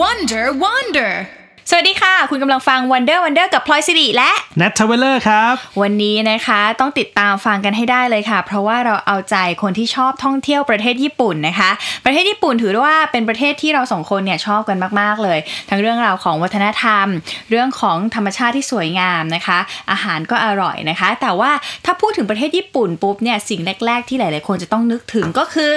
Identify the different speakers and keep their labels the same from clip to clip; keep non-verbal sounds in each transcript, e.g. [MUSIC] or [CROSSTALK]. Speaker 1: Wonder Wonder สวัสดีค่ะ คุณกำลังฟัง Wonder Wonder กับพลอยสิริและ
Speaker 2: นัททเวลเลอร์ครับ
Speaker 1: วันนี้นะคะต้องติดตามฟังกันให้ได้เลยค่ะ เพราะว่าเราเอาใจคนที่ชอบท่องเที่ยวประเทศญี่ปุ่นนะคะ ประเทศญี่ปุ่นถือได้ว่าเป็นประเทศที่เราสองคนเนี่ยชอบกันมาก ๆ เลย ทั้งเรื่องราวของวัฒนธรรม เรื่องของธรรมชาติที่สวยงามนะคะ อาหารก็อร่อยนะคะ แต่ว่าถ้าพูดถึงประเทศญี่ปุ่นปุ๊บเนี่ยสิ่งแรก ๆ ที่หลาย ๆ คนจะต้องนึกถึงก็คือ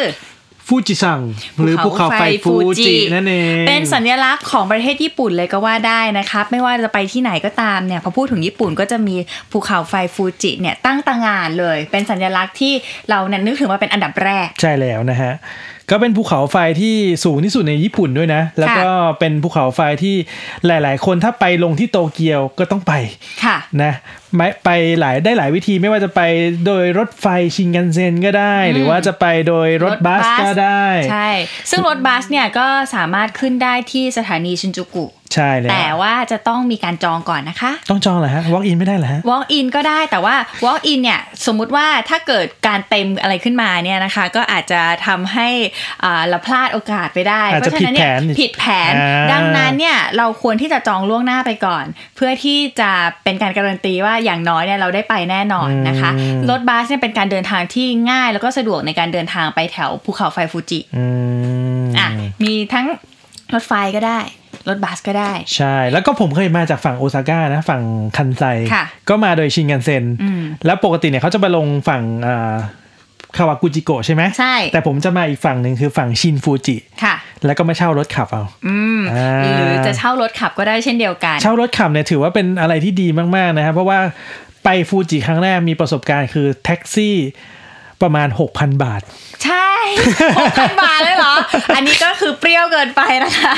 Speaker 2: ฟูจิซัง หรือภูเขาไฟฟูจินั่นเอง
Speaker 1: เป็นสัญลักษณ์ของประเทศญี่ปุ่นเลยก็ว่าได้นะครับ ไม่ว่าจะไปที่ไหนก็ตามเนี่ยพอพูดถึงญี่ปุ่นก็จะมีภูเขาไฟฟูจิเนี่ยตั้งตางานเลย เป็นสัญลักษณ์ที่เราเนี่ยนึกถึงว่าเป็นอันดับแรก
Speaker 2: ใช่แล้วนะฮะ ก็เป็นภูเขาไฟที่สูงที่สุดในญี่ปุ่นด้วยนะ แล้วก็เป็นภูเขาไฟที่หลาย ๆ คนถ้าไปลงที่โตเกียวก็ต้องไป
Speaker 1: ค่ะ
Speaker 2: นะไม่ไปหลายได้หลายวิธีไม่ว่าจะไปโดยรถไฟชินกันเซ็นก็ได้ หรือว่าจะไปโดยรถบัส
Speaker 1: รถบัส
Speaker 2: ก็ได้
Speaker 1: ใช่ ซึ่งรถบัสเนี่ยก็สามารถขึ้นได้ที่สถานีชินจูกุ
Speaker 2: ใช่แล้ว
Speaker 1: แต่ว่าจะต้องมีการจองก่อนนะคะ
Speaker 2: ต้องจองเหรอฮะวอล์กอินไม่ได้เหรอฮะ
Speaker 1: Walk in ก็ได้แต่ว่า Walk in เนี่ยสมมุติว่าถ้าเกิดการเต็มอะไรขึ้นมาเนี่ยนะคะ ก็อาจจะทำให้อ่าเราพลาดโอกาสไปได้
Speaker 2: อาจ
Speaker 1: เพ
Speaker 2: จะ
Speaker 1: ราะฉะนั้นเนี่
Speaker 2: ผิ
Speaker 1: ย
Speaker 2: ดแผน
Speaker 1: ผิดแผน
Speaker 2: อ่า
Speaker 1: ดังนั้นเนี่ยเราควรที่จะจองล่วงหน้าไปก่อน เพื่อที่จะเป็นการการันตีว่าอย่างน้อยเนี่ยเราได้ไปแน่นอนนะคะ รถบัสเนี่ยเป็นการเดินทางที่ง่าย แล้วก็สะดวกในการเดินทางไปแถวภูเขาไฟฟูจิ
Speaker 2: อืม
Speaker 1: อ่ะมีทั้งรถไฟก็ได้ รถบัสก็ได้
Speaker 2: ใช่ แล้วก็ผมเคยมาจากฝั่งโอซาก้านะ ฝั่งคันไซ
Speaker 1: ค่ะ
Speaker 2: ก็มาโดยชินกันเซ็น
Speaker 1: อืม
Speaker 2: แล้วปกติเนี่ยเขาจะไปลงฝั่งอ่าคาวากุจิโกะใช่ไหม
Speaker 1: ใช่
Speaker 2: แต่ผมจะมาอีกฝั่งหนึ่งคือฝั่งชินฟูจิ
Speaker 1: ค่ะ
Speaker 2: แล้วก็มาเช่ารถขับเอา
Speaker 1: อืม
Speaker 2: อ่า
Speaker 1: หรือจะเช่ารถขับก็ได้เช่นเดียวกัน
Speaker 2: เช่ารถขับเนี่ยถือว่าเป็นอะไรที่ดีมาก ๆ นะครับ เพราะว่าไปฟูจิครั้งแรกมีประสบการณ์คือแท็กซี่ประมาณ 6,000 บาท
Speaker 1: ใช่หกพันบาทเลยเหรอ อันนี้ก็คือเปรี้ยวเกินไปนะคะ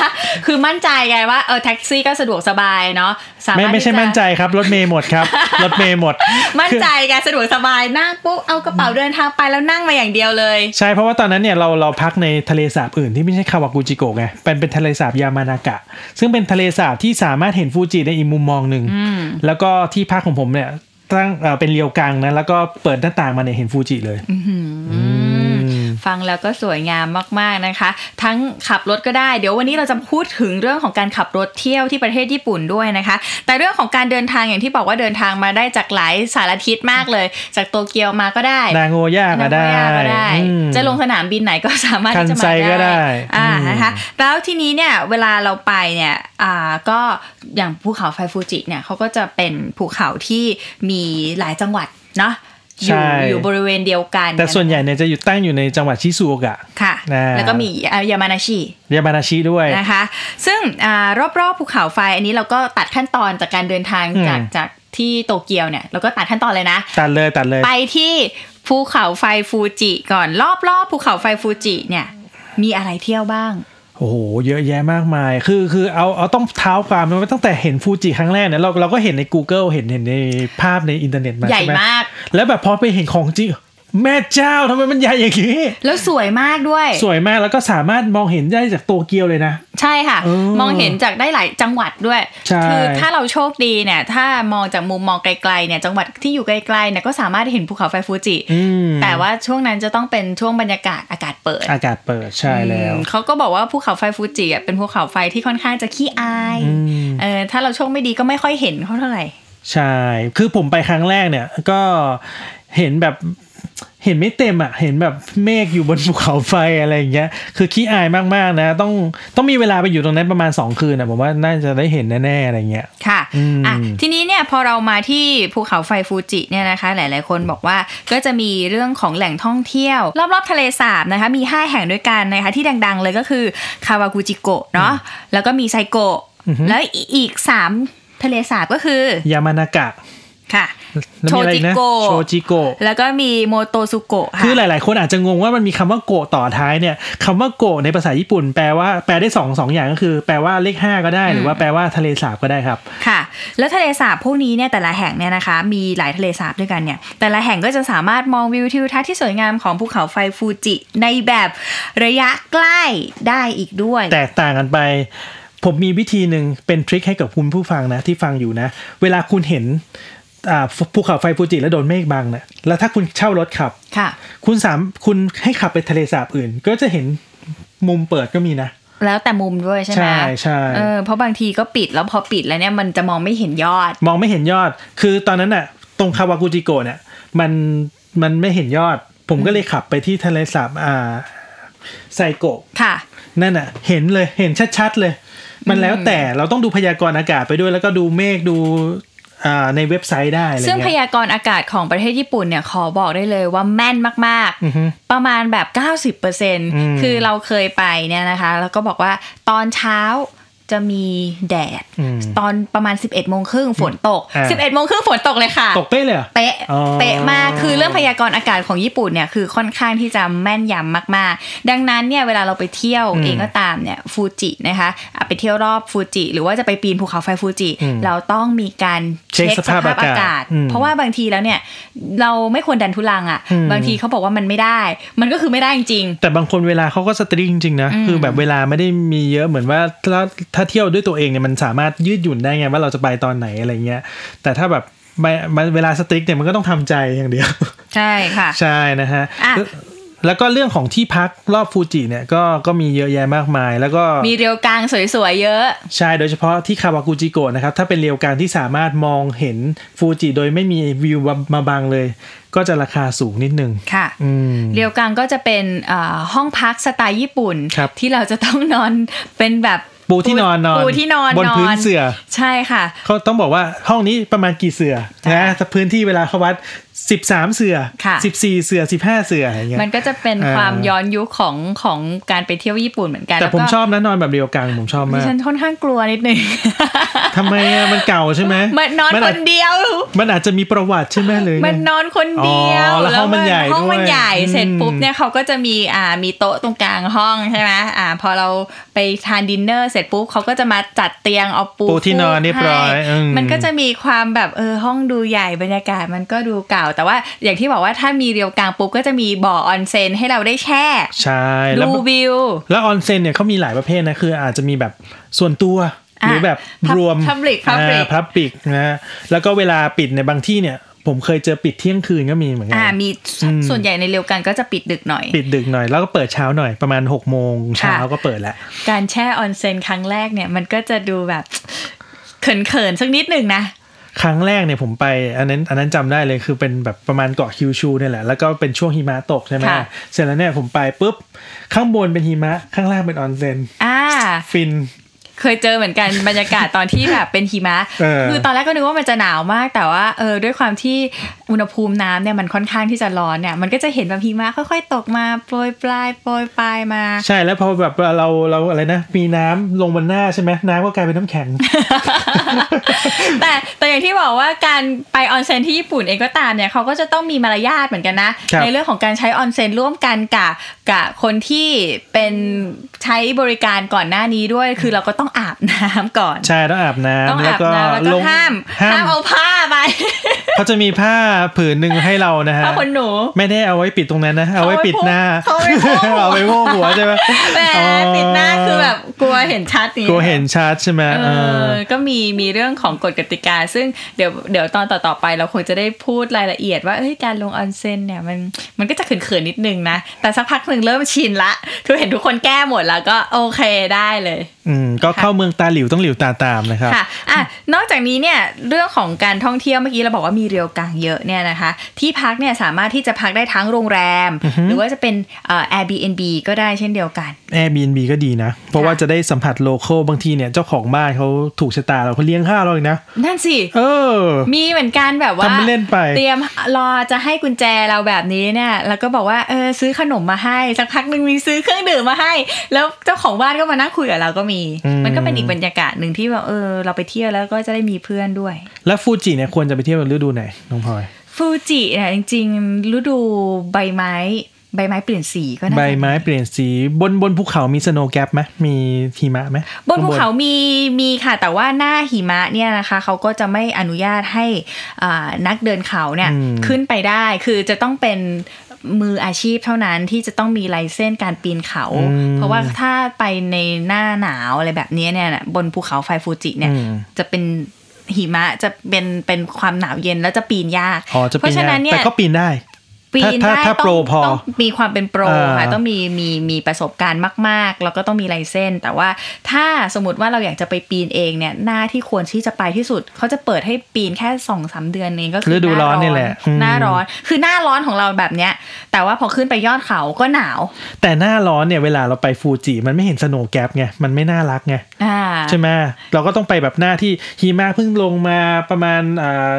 Speaker 1: คือมั่นใจไงว่าเออแท็กซี่ก็สะดวกสบายเนาะสา
Speaker 2: ไม่
Speaker 1: มารถ
Speaker 2: ไม่ใช่
Speaker 1: ที่ะ
Speaker 2: มั่นใจครับ รถเมย์หมดครับ รถเมย์หมด
Speaker 1: มั่นใจไงสะดวกสบายนั่งปุ๊บเอากระเป๋าเดินทางไปแล้วนั่งมาอย่างเดียวเลย
Speaker 2: ใช่เพราะว่าตอนนั้นเนี่ยเราเราพักในทะเลสาบอื่นที่ไม่ใช่คาวากุจิโกะไงเป็นเป็นทะเลสาบยามานากะ ซึ่งเป็นทะเลสาบที่สามารถเห็นฟูจิในอีกมุมมองหนึ่งแล้วก็ที่พักของผมเนี่ยตั้งเอ่อเป็นเรียวกังนะแล้วก็เปิดหน้าต่างมาเนี่ยเห็นฟูจิเลยอืม
Speaker 1: ฟังแล้วก็สวยงามมากๆนะคะ ทั้งขับรถก็ได้ เดี๋ยววันนี้เราจะพูดถึงเรื่องของการขับรถเที่ยวที่ประเทศญี่ปุ่นด้วยนะคะ แต่เรื่องของการเดินทางอย่างที่บอกว่าเดินทางมาได้จากหลายสารทิศมากเลย จากโตเกียวมาก็ได้
Speaker 2: นาโงย่าก็ได้
Speaker 1: นางพญาก็ได้
Speaker 2: อืม
Speaker 1: จะลงสนามบินไหนก็สามารถที่จะ
Speaker 2: คันไซ
Speaker 1: มา
Speaker 2: ก็ได้
Speaker 1: ได้อ่า
Speaker 2: อืม
Speaker 1: นะคะแล้วทีนี้เนี่ยเวลาเราไปเนี่ยอ่าก็อย่างภูเขาไฟฟูจิเนี่ยเขาก็จะเป็นภูเขาที่มีหลายจังหวัดเนาะอยู่อยู่บริเวณเดียวกัน
Speaker 2: แต่ส่วนใหญ่เนี่ยจะอยู่ตั้งอยู่ในจังหวัดชิซูโอกะ
Speaker 1: ค่ะ
Speaker 2: อ่า
Speaker 1: แล้วก็มีอ่ายามานาชิ
Speaker 2: ยามานาชิด้วย
Speaker 1: นะคะ ซึ่งอารอบๆภูเขาไฟอันนี้เราก็ตัดขั้นตอนจากการเดินทาง
Speaker 2: อืม
Speaker 1: จากจากที่โตเกียวเนี่ยเราก็ตัดขั้นตอนเลยนะ
Speaker 2: ตัดเลยตัดเลย
Speaker 1: ไปที่ภูเขาไฟฟูจิก่อนรอบๆภูเขาไฟฟูจิเนี่ยมีอะไรเที่ยวบ้าง
Speaker 2: โอ้โห เยอะแยะมากมาย คือ คือเอา เอาต้องเท้าความมันว่าตั้งแต่เห็นฟูจิครั้งแรกเนี่ย เรา เราก็เห็นใน Google เห็น เห็นในภาพในอินเทอร์เน็ตมา
Speaker 1: ใหญ่
Speaker 2: ช่ไ
Speaker 1: มาก
Speaker 2: แล้วแบบพอไปเห็นของจริง แม่เจ้าทำไมมันใหญ่อย่างนี้
Speaker 1: แล้วสวยมากด้วย
Speaker 2: สวยมาก แล้วก็สามารถมองเห็นได้จากโตเกียวเลยนะ
Speaker 1: ใช่ค่ะ
Speaker 2: เออ
Speaker 1: มองเห็นจากได้หลายจังหวัดด้วย
Speaker 2: ใช่
Speaker 1: คือถ้าเราโชคดีเนี่ย ถ้ามองจากมุมมองไกลๆเนี่ยจังหวัดที่อยู่ไกลๆเนี่ยก็สามารถเห็นภูเขาไฟฟูจิ
Speaker 2: อืม
Speaker 1: แต่ว่าช่วงนั้นจะต้องเป็นช่วงบรรยากาศอากาศเปิด
Speaker 2: อากาศเปิด ใช่แล้ว
Speaker 1: อืมเขาก็บอกว่าภูเขาไฟฟูจิอ่ะเป็นภูเขาไฟที่ค่อนข้างจะขี้อาย
Speaker 2: อืม
Speaker 1: เออถ้าเราโชคไม่ดีก็ไม่ค่อยเห็นเขาเท่าไหร่
Speaker 2: ใช่ คือผมไปครั้งแรกเนี่ย ก็เห็นแบบ เห็นไม่เต็มอ่ะ เห็นแบบเมฆอยู่บนภูเขาไฟอะไรอย่างเงี้ย คือขี้อายมากๆนะ ต้อง ต้องมีเวลาไปอยู่ตรงนั้นประมาณ 2 คืนอ่ะ ผมว่าน่าจะได้เห็นแน่ๆอะไรอย่างเงี้ย
Speaker 1: ค่ะ
Speaker 2: อืม
Speaker 1: อ่ะ ทีนี้เนี่ยพอเรามาที่ภูเขาไฟฟูจิเนี่ยนะคะ หลาย ๆ คนบอกว่าก็จะมีเรื่องของแหล่งท่องเที่ยว รอบ ๆ ทะเลสาบนะคะ มี 5 แห่งด้วยกันนะคะ ที่ดัง ๆ เลยก็คือคาวากุจิโกะเนาะ แล้วก็มีไซโกะ
Speaker 2: อือฮึ
Speaker 1: แล้วอีก 3 ทะเลสาบก็คือ
Speaker 2: ยามานากะ
Speaker 1: ค่ะ
Speaker 2: แล้วมีอะไรอีนะ
Speaker 1: โชจิโกะ
Speaker 2: โชจิโกะ
Speaker 1: แล้วก็มีโมโตซุโกะค่ะ
Speaker 2: คือหลาย ๆ คนอาจจะงงว่ามันมีคำว่าโกะต่อท้ายเนี่ยคำว่าโกะในภาษาญี่ปุ่นแปลว่าแปลได้สองสองอย่างก็คือ แปลว่าเลขห้าก็ได้ หรือว่าแปลว่าทะเลสาบก็ได้ครับ
Speaker 1: ค่ะ แล้วทะเลสาบพวกนี้เนี่ยแต่ละแห่งเนี่ยนะคะ มีหลายทะเลสาบด้วยกันเนี่ย แต่ละแห่งก็จะสามารถมองวิวทิวทัศน์ที่สวยงามของภูเขาไฟฟูจิในแบบระยะใกล้ได้อีกด้วย
Speaker 2: แตกต่างกันไป ผมมีวิธีหนึ่งเป็นทริคให้กับคุณผู้ฟังนะ ที่ฟังอยู่นะ เวลาคุณเห็นอ่าภูเขาไฟฟูจิแล้วโดนเมฆบังนะแล้วถ้าคุณเช่ารถขับ
Speaker 1: ค่ะ
Speaker 2: คุณสามคุณให้ขับไปทะเลสาบอื่น ก็จะเห็นมุมเปิดก็มีนะ
Speaker 1: แล้วแต่มุมด้วยใช่ไหม
Speaker 2: ใช่ใช่
Speaker 1: เออเพราะบางทีก็ปิดแล้วพอปิดแล้วเนี่ยมันจะมองไม่เห็นยอด
Speaker 2: มองไม่เห็นยอด คือตอนนั้นน่ะ ตรงคาวากุจิโกะเนี่ย มัน มันไม่เห็นยอด ผมก็เลยขับไปที่ทะเลสาบ อ่า ไซโกะ
Speaker 1: ค่ะ
Speaker 2: นั่นน่ะ เห็นเลย เห็นชัดๆเลย มันแล้วแต่ เราต้องดูพยากรณ์อากาศไปด้วย แล้วก็ดูเมฆ ดู อ่า ในเว็บไซต์ได้อะไร
Speaker 1: ซึ่งพ
Speaker 2: เงี้ย
Speaker 1: ยากรณ์อากาศของประเทศญี่ปุ่นเนี่ยขอบอกได้เลยว่าแม่นมาก
Speaker 2: อือฮึ
Speaker 1: ๆ ประมาณแบบ
Speaker 2: ม
Speaker 1: 90%คือเราเคยไปเนี่ยนะคะ แล้วก็บอกว่าตอนเช้าจะมีแดด
Speaker 2: อืม
Speaker 1: ตอนประมาณ 11โมงครึ่งฝนตก
Speaker 2: อ่า
Speaker 1: 11โมงครึ่งฝนตกเลยค่ะ
Speaker 2: ตกเป้เลยเหรอ
Speaker 1: เป๊ะ
Speaker 2: อ๋อ
Speaker 1: เป๊ะมาก คือเรื่องพยากรณ์อากาศของญี่ปุ่นเนี่ยคือค่อนข้างที่จะแม่นยำมากๆ ดังนั้นเนี่ยเวลาเราไปเที่ยวเองก็ตามเนี่ยฟูจินะคะอ่ะไปเที่ยวรอบฟูจิ หรือว่าจะไปปีนภูเขาไฟฟูจิ
Speaker 2: อืม
Speaker 1: เราต้องมีการ
Speaker 2: เช็คสภาพอากาศอืม
Speaker 1: เพราะว่าบางทีแล้วเนี่ยเราไม่ควรดันทุลังอ่ะ
Speaker 2: อืม
Speaker 1: บางทีเขาบอกว่ามันไม่ได้ มันก็คือไม่ได้จริง
Speaker 2: แต่บางคนเวลาเขาก็สตริงจริงๆนะ
Speaker 1: อืม
Speaker 2: คือแบบเวลาไม่ได้มีเยอะเหมือนว่าถ้าถ้าเที่ยวด้วยตัวเองเนี่ยมันสามารถยืดหยุ่นได้ไงว่าเราจะไปตอนไหนอะไรเงี้ย แต่ถ้าแบบไม่มันเวลาสตริกเนี่ยมันก็ต้องทำใจอย่างเดียว
Speaker 1: ใช่ค่ะ
Speaker 2: ใช่นะฮะ
Speaker 1: อ่ะ
Speaker 2: แล้วแล้วก็เรื่องของที่พักรอบฟูจิเนี่ยก็ก็มีเยอะแยะมากมาย แล้วก็
Speaker 1: มีเรียวกลางสวยๆเยอะ
Speaker 2: ใช่โดยเฉพาะที่คาวากุจิโกะนะครับ ถ้าเป็นเรียวการที่สามารถมองเห็นฟูจิโดยไม่มีวิวมาบังเลย ก็จะราคาสูงนิดนึง
Speaker 1: ค่ะ
Speaker 2: อืม
Speaker 1: เรียวกังก็จะเป็นเอ่อห้องพักสไตล์ญี่ปุ่น
Speaker 2: ครับ
Speaker 1: ที่เราจะต้องนอนเป็นแบบ
Speaker 2: ปูที่นอนนอน
Speaker 1: ปูที่นอน
Speaker 2: บนพื้น
Speaker 1: อ
Speaker 2: เสื่อ
Speaker 1: ใช่ค่ะ
Speaker 2: เขาต้องบอกว่าห้องนี้ประมาณกี่เสือ
Speaker 1: จ้ะ
Speaker 2: นะแต่พื้นที่เวลาเขาวัด 13 เสือ
Speaker 1: ค่ะ
Speaker 2: 14 เสือ 15 เสืออะไรเงี้ย
Speaker 1: มันก็จะเป็น
Speaker 2: อ่า
Speaker 1: ความย้อนยุคของของการไปเที่ยวญี่ปุ่นเหมือนกัน
Speaker 2: แต่ผม
Speaker 1: ล้วก็
Speaker 2: ชอบนะนอนแบบเรียวกังผมชอบ
Speaker 1: ดิ
Speaker 2: มาก
Speaker 1: ฉันค่อนข้างกลัวนิดนึง
Speaker 2: ทำไมอะมันเก่าใช่ไหม
Speaker 1: มันนอน
Speaker 2: มั
Speaker 1: ค
Speaker 2: อาจ
Speaker 1: นเดียว
Speaker 2: มันอาจจะมีประวัติใช่ไหมหรือไง
Speaker 1: มันนอนคนเดียว
Speaker 2: อ๋อแล้วห้องมันใหญ่
Speaker 1: ห้องมัน
Speaker 2: ด้วย
Speaker 1: ใหญ่
Speaker 2: อืม
Speaker 1: เสร็จปุ๊บเนี่ยเขาก็จะมีอ่ามีโต๊ะตรงกลางห้องใช่ไหมอ่า พอเราไปทานดินเนอร์เสร็จปุ๊บเขาก็จะมาจัดเตียงเอาปู
Speaker 2: ปูที่นอน
Speaker 1: ฟูก
Speaker 2: เรียบร้อย
Speaker 1: ให้
Speaker 2: อืม
Speaker 1: มันก็จะมีความแบบเออห้องดูใหญ่บรรยากาศมันก็ดูเก่า แต่ว่าอย่างที่บอกว่าถ้ามีเรียวกลางปุ๊บก็จะมีบ่อออนเซ็นให้เราได้แช่
Speaker 2: ใช่แล้ว
Speaker 1: ดูวิว
Speaker 2: แล้วออนเซ็นเนี่ยเขามีหลายประเภทนะ คืออาจจะมีแบบส่วนตัว ห
Speaker 1: อ่ะ
Speaker 2: รือแบบรวม
Speaker 1: public
Speaker 2: อ่า
Speaker 1: public
Speaker 2: public นะฮะแล้วก็เวลาปิดในยบางที่เนี่ย ผมเคยเจอปิดเที่ยงคืนก็มีเหมือนกั
Speaker 1: อ่ามี
Speaker 2: อืม
Speaker 1: ส่วนใหญ่ในเรียวกันก็จะปิดดึกหน่อย
Speaker 2: ปิดดึกหน่อยแล้วก็เปิดเช้าหน่อยประมาณ6กโมงเช้า
Speaker 1: ค่ะ
Speaker 2: ก็เปิดแล้ว
Speaker 1: การแช่ออนเซ็นครั้งแรกเนี่ยมันก็จะดูแบบ เขินๆสักนิดหนึ่งนะ
Speaker 2: ครั้งแรกเนี่ยผมไปอันนั้นอันนั้นจำได้เลยคือเป็นแบบประมาณเกาะคิวชูเนี่ยแหละ แล้วก็เป็นช่วงหิมะตกใช่ไหม
Speaker 1: ค่ะ
Speaker 2: เสร็จแล้วเนี่ยผมไปปุ๊บ ข้างบนเป็นหิมะ ข้างล่างเป็นออนเซ็น
Speaker 1: อ่า
Speaker 2: ฟิน
Speaker 1: เคยเจอเหมือนกัน บรรยากาศตอนที่แบบเป็นหิมะ
Speaker 2: เออ
Speaker 1: คือตอนแรกก็นึกว่ามันจะหนาวมาก แต่ว่าเออด้วยความที่อุณหภูมิน้ำเนี่ยมันค่อนข้างที่จะร้อนเนี่ยมันก็จะเห็นแบบหิมะค่อยๆ ตกมาโปรยปลายโปรยปลายมา
Speaker 2: ใช่แล้วพอแบบเราเราอะไรนะ มีน้ำลงบนหน้าใช่ไหมน้ำก็กลายเป็นน้ำแข็ง
Speaker 1: [LAUGHS] แต่แต่อย่างที่บอกว่าการไปออนเซ็นที่ญี่ปุ่นเองก็ตามเนี่ยเขาก็จะต้องมีมารยาทเหมือนกันนะ
Speaker 2: ครับ
Speaker 1: ในเรื่องของการใช้ออนเซ็นร่วมกันกับกับคนที่เป็นใช้บริการก่อนหน้านี้ด้วย คือเราก็ต้องอาบน้ำก่อน
Speaker 2: ใช่ต้องอาบน้ำ
Speaker 1: ต้อง
Speaker 2: แล้
Speaker 1: อาบ
Speaker 2: วก็
Speaker 1: น้ำแล้ว
Speaker 2: ล
Speaker 1: ก็
Speaker 2: ง
Speaker 1: ห้าม
Speaker 2: ห้า
Speaker 1: ห้าม
Speaker 2: ม
Speaker 1: เอาผ้าไป
Speaker 2: เขาจะมีผ้าผืนหนึ่งให้เรานะฮะ
Speaker 1: ผ้าขนหนู
Speaker 2: ไม่ได้เอาไว้ปิดตรงนั้นนะเอาไว้ปิดหน้า
Speaker 1: เอาไว้โพก
Speaker 2: เอาไว้โม่หัวใช่ไหม
Speaker 1: แหม
Speaker 2: อ๋อ
Speaker 1: ปิดหน้าคือแบบกลัวเห็นชัดอย่าง
Speaker 2: กลัว
Speaker 1: งี้
Speaker 2: เห็นชัดใช่ไหม
Speaker 1: เอ
Speaker 2: เออ
Speaker 1: อก็มีมีเรื่องของกฎกติกา ซึ่งเดี๋ยวเดี๋ยวตอนต่อๆไปเราคงจะได้พูดรายละเอียดว่าเอ้ยการลงออนเซ็นเนี่ยมันมันก็จะเขินๆนิดนึงนะ แต่สักพักหนึ่งเริ่มชินละทุกเห็นทุกคนแก้หมดแล้วก็โอเคได้เลย
Speaker 2: อืมก็
Speaker 1: ค่ะ
Speaker 2: เข้าเมืองตาหลิวต้องหลิวตาตามนะครับ
Speaker 1: ค่ะอ่ะ นอกจากนี้เนี่ยเรื่องของการท่องเที่ยวเมื่อกี้เราบอกว่ามีเรียวกลางเยอะเนี่ยนะคะ ที่พักเนี่ยสามารถที่จะพักได้ทั้งโรงแรม
Speaker 2: อือฮึ
Speaker 1: หรือว่าจะเป็นเอ่อ Airbnb ก็ได้เช่นเดียวกัน
Speaker 2: Airbnb ก็ดีนะ เพราะว่าจะได้สัมผัสโลเคอลบางทีเนี่ยเจ้าของบ้านเขาถูกชะตาเราเขาเลี้ยงข้าวเราเองนะ
Speaker 1: นั่นสิ
Speaker 2: เออ
Speaker 1: มีเหมือนกันแบบว่า
Speaker 2: ทำเป็นเล่นไป
Speaker 1: รียมรอจะให้กุญแจเราแบบนี้เนี่ยแล้วก็บอกว่าเออซื้อขนมมาให้ สักพักหนึ่งมีซื้อเครื่องดื่มมาให้ แล้วเจ้าของบ้านก็มานั่งคุยกับเราก็มี
Speaker 2: อืม
Speaker 1: มันก็เป็นอีกบรรยากาศหนึ่งที่แบบเออ เราไปเที่ยวแล้วก็จะได้มีเพื่อนด้วย
Speaker 2: แล้วฟูจิเนี่ยควรจะไปเที่ยวฤดูไหนน้องพลอย
Speaker 1: ฟูจิเนี่ยจริงๆฤดูใบไม้ใบไม้เปลี่ยนสีก็น่าจะ
Speaker 2: ใบไม้เปลี่ยนสีบนบนภูเขามีสโนว์แกปไหมมีหิมะไหม
Speaker 1: บนภูเขามีมีค่ะแต่ว่าหน้าหิมะเนี่ยนะคะเขาก็จะไม่อนุญาตให้อ่านักเดินเขาเนี่ย
Speaker 2: อืม
Speaker 1: ขึ้นไปได้คือจะต้องเป็นมืออาชีพเท่านั้นที่จะต้องมีไลเส้นส์การปีนเขา เพราะว่าถ้าไปในหน้าหนาวอะไรแบบนี้เนี่ยนะบนภูเขาไฟฟูจิเนี่ย
Speaker 2: อืม
Speaker 1: จะเป็นหิมะจะเป็นเป็นความหนาวเย็นแล้วจะปีนยาก
Speaker 2: อ๋อจะ
Speaker 1: เพ
Speaker 2: ปีน
Speaker 1: ราะฉะ
Speaker 2: ได้
Speaker 1: นั้นเนี่ย
Speaker 2: แต่ก็ปีนได้
Speaker 1: ปีน
Speaker 2: ถ้า
Speaker 1: ได้
Speaker 2: ถ้า
Speaker 1: ต้
Speaker 2: โปรพอ
Speaker 1: ต้องมีความเป็นโปร
Speaker 2: อ่า
Speaker 1: ค่ะต้องมีมีมีประสบการณ์มาก ๆ แล้วก็ต้องมีลายเส้น แต่ว่าถ้าสมมติว่าเราอยากจะไปปีนเองเนี่ยหน้าที่ควรที่จะไปที่สุด เขาจะเปิดให้ปีนแค่สองสามเดือนเองก็คื
Speaker 2: ฤดู
Speaker 1: หา
Speaker 2: ร้อนนี่แหละอืม
Speaker 1: หน้าร้อนคือหน้าร้อนของเราแบบเนี้ย แต่ว่าพอขึ้นไปยอดเขาก็หนาว
Speaker 2: แต่หน้าร้อนเนี่ยเวลาเราไปฟูจิมันไม่เห็นสโนว์แกปไงมันไม่น่ารักไง
Speaker 1: อ่า
Speaker 2: ใช่ไหมเราก็ต้องไปแบบหน้าที่หิมะเพิ่งลงมาประมาณอ่า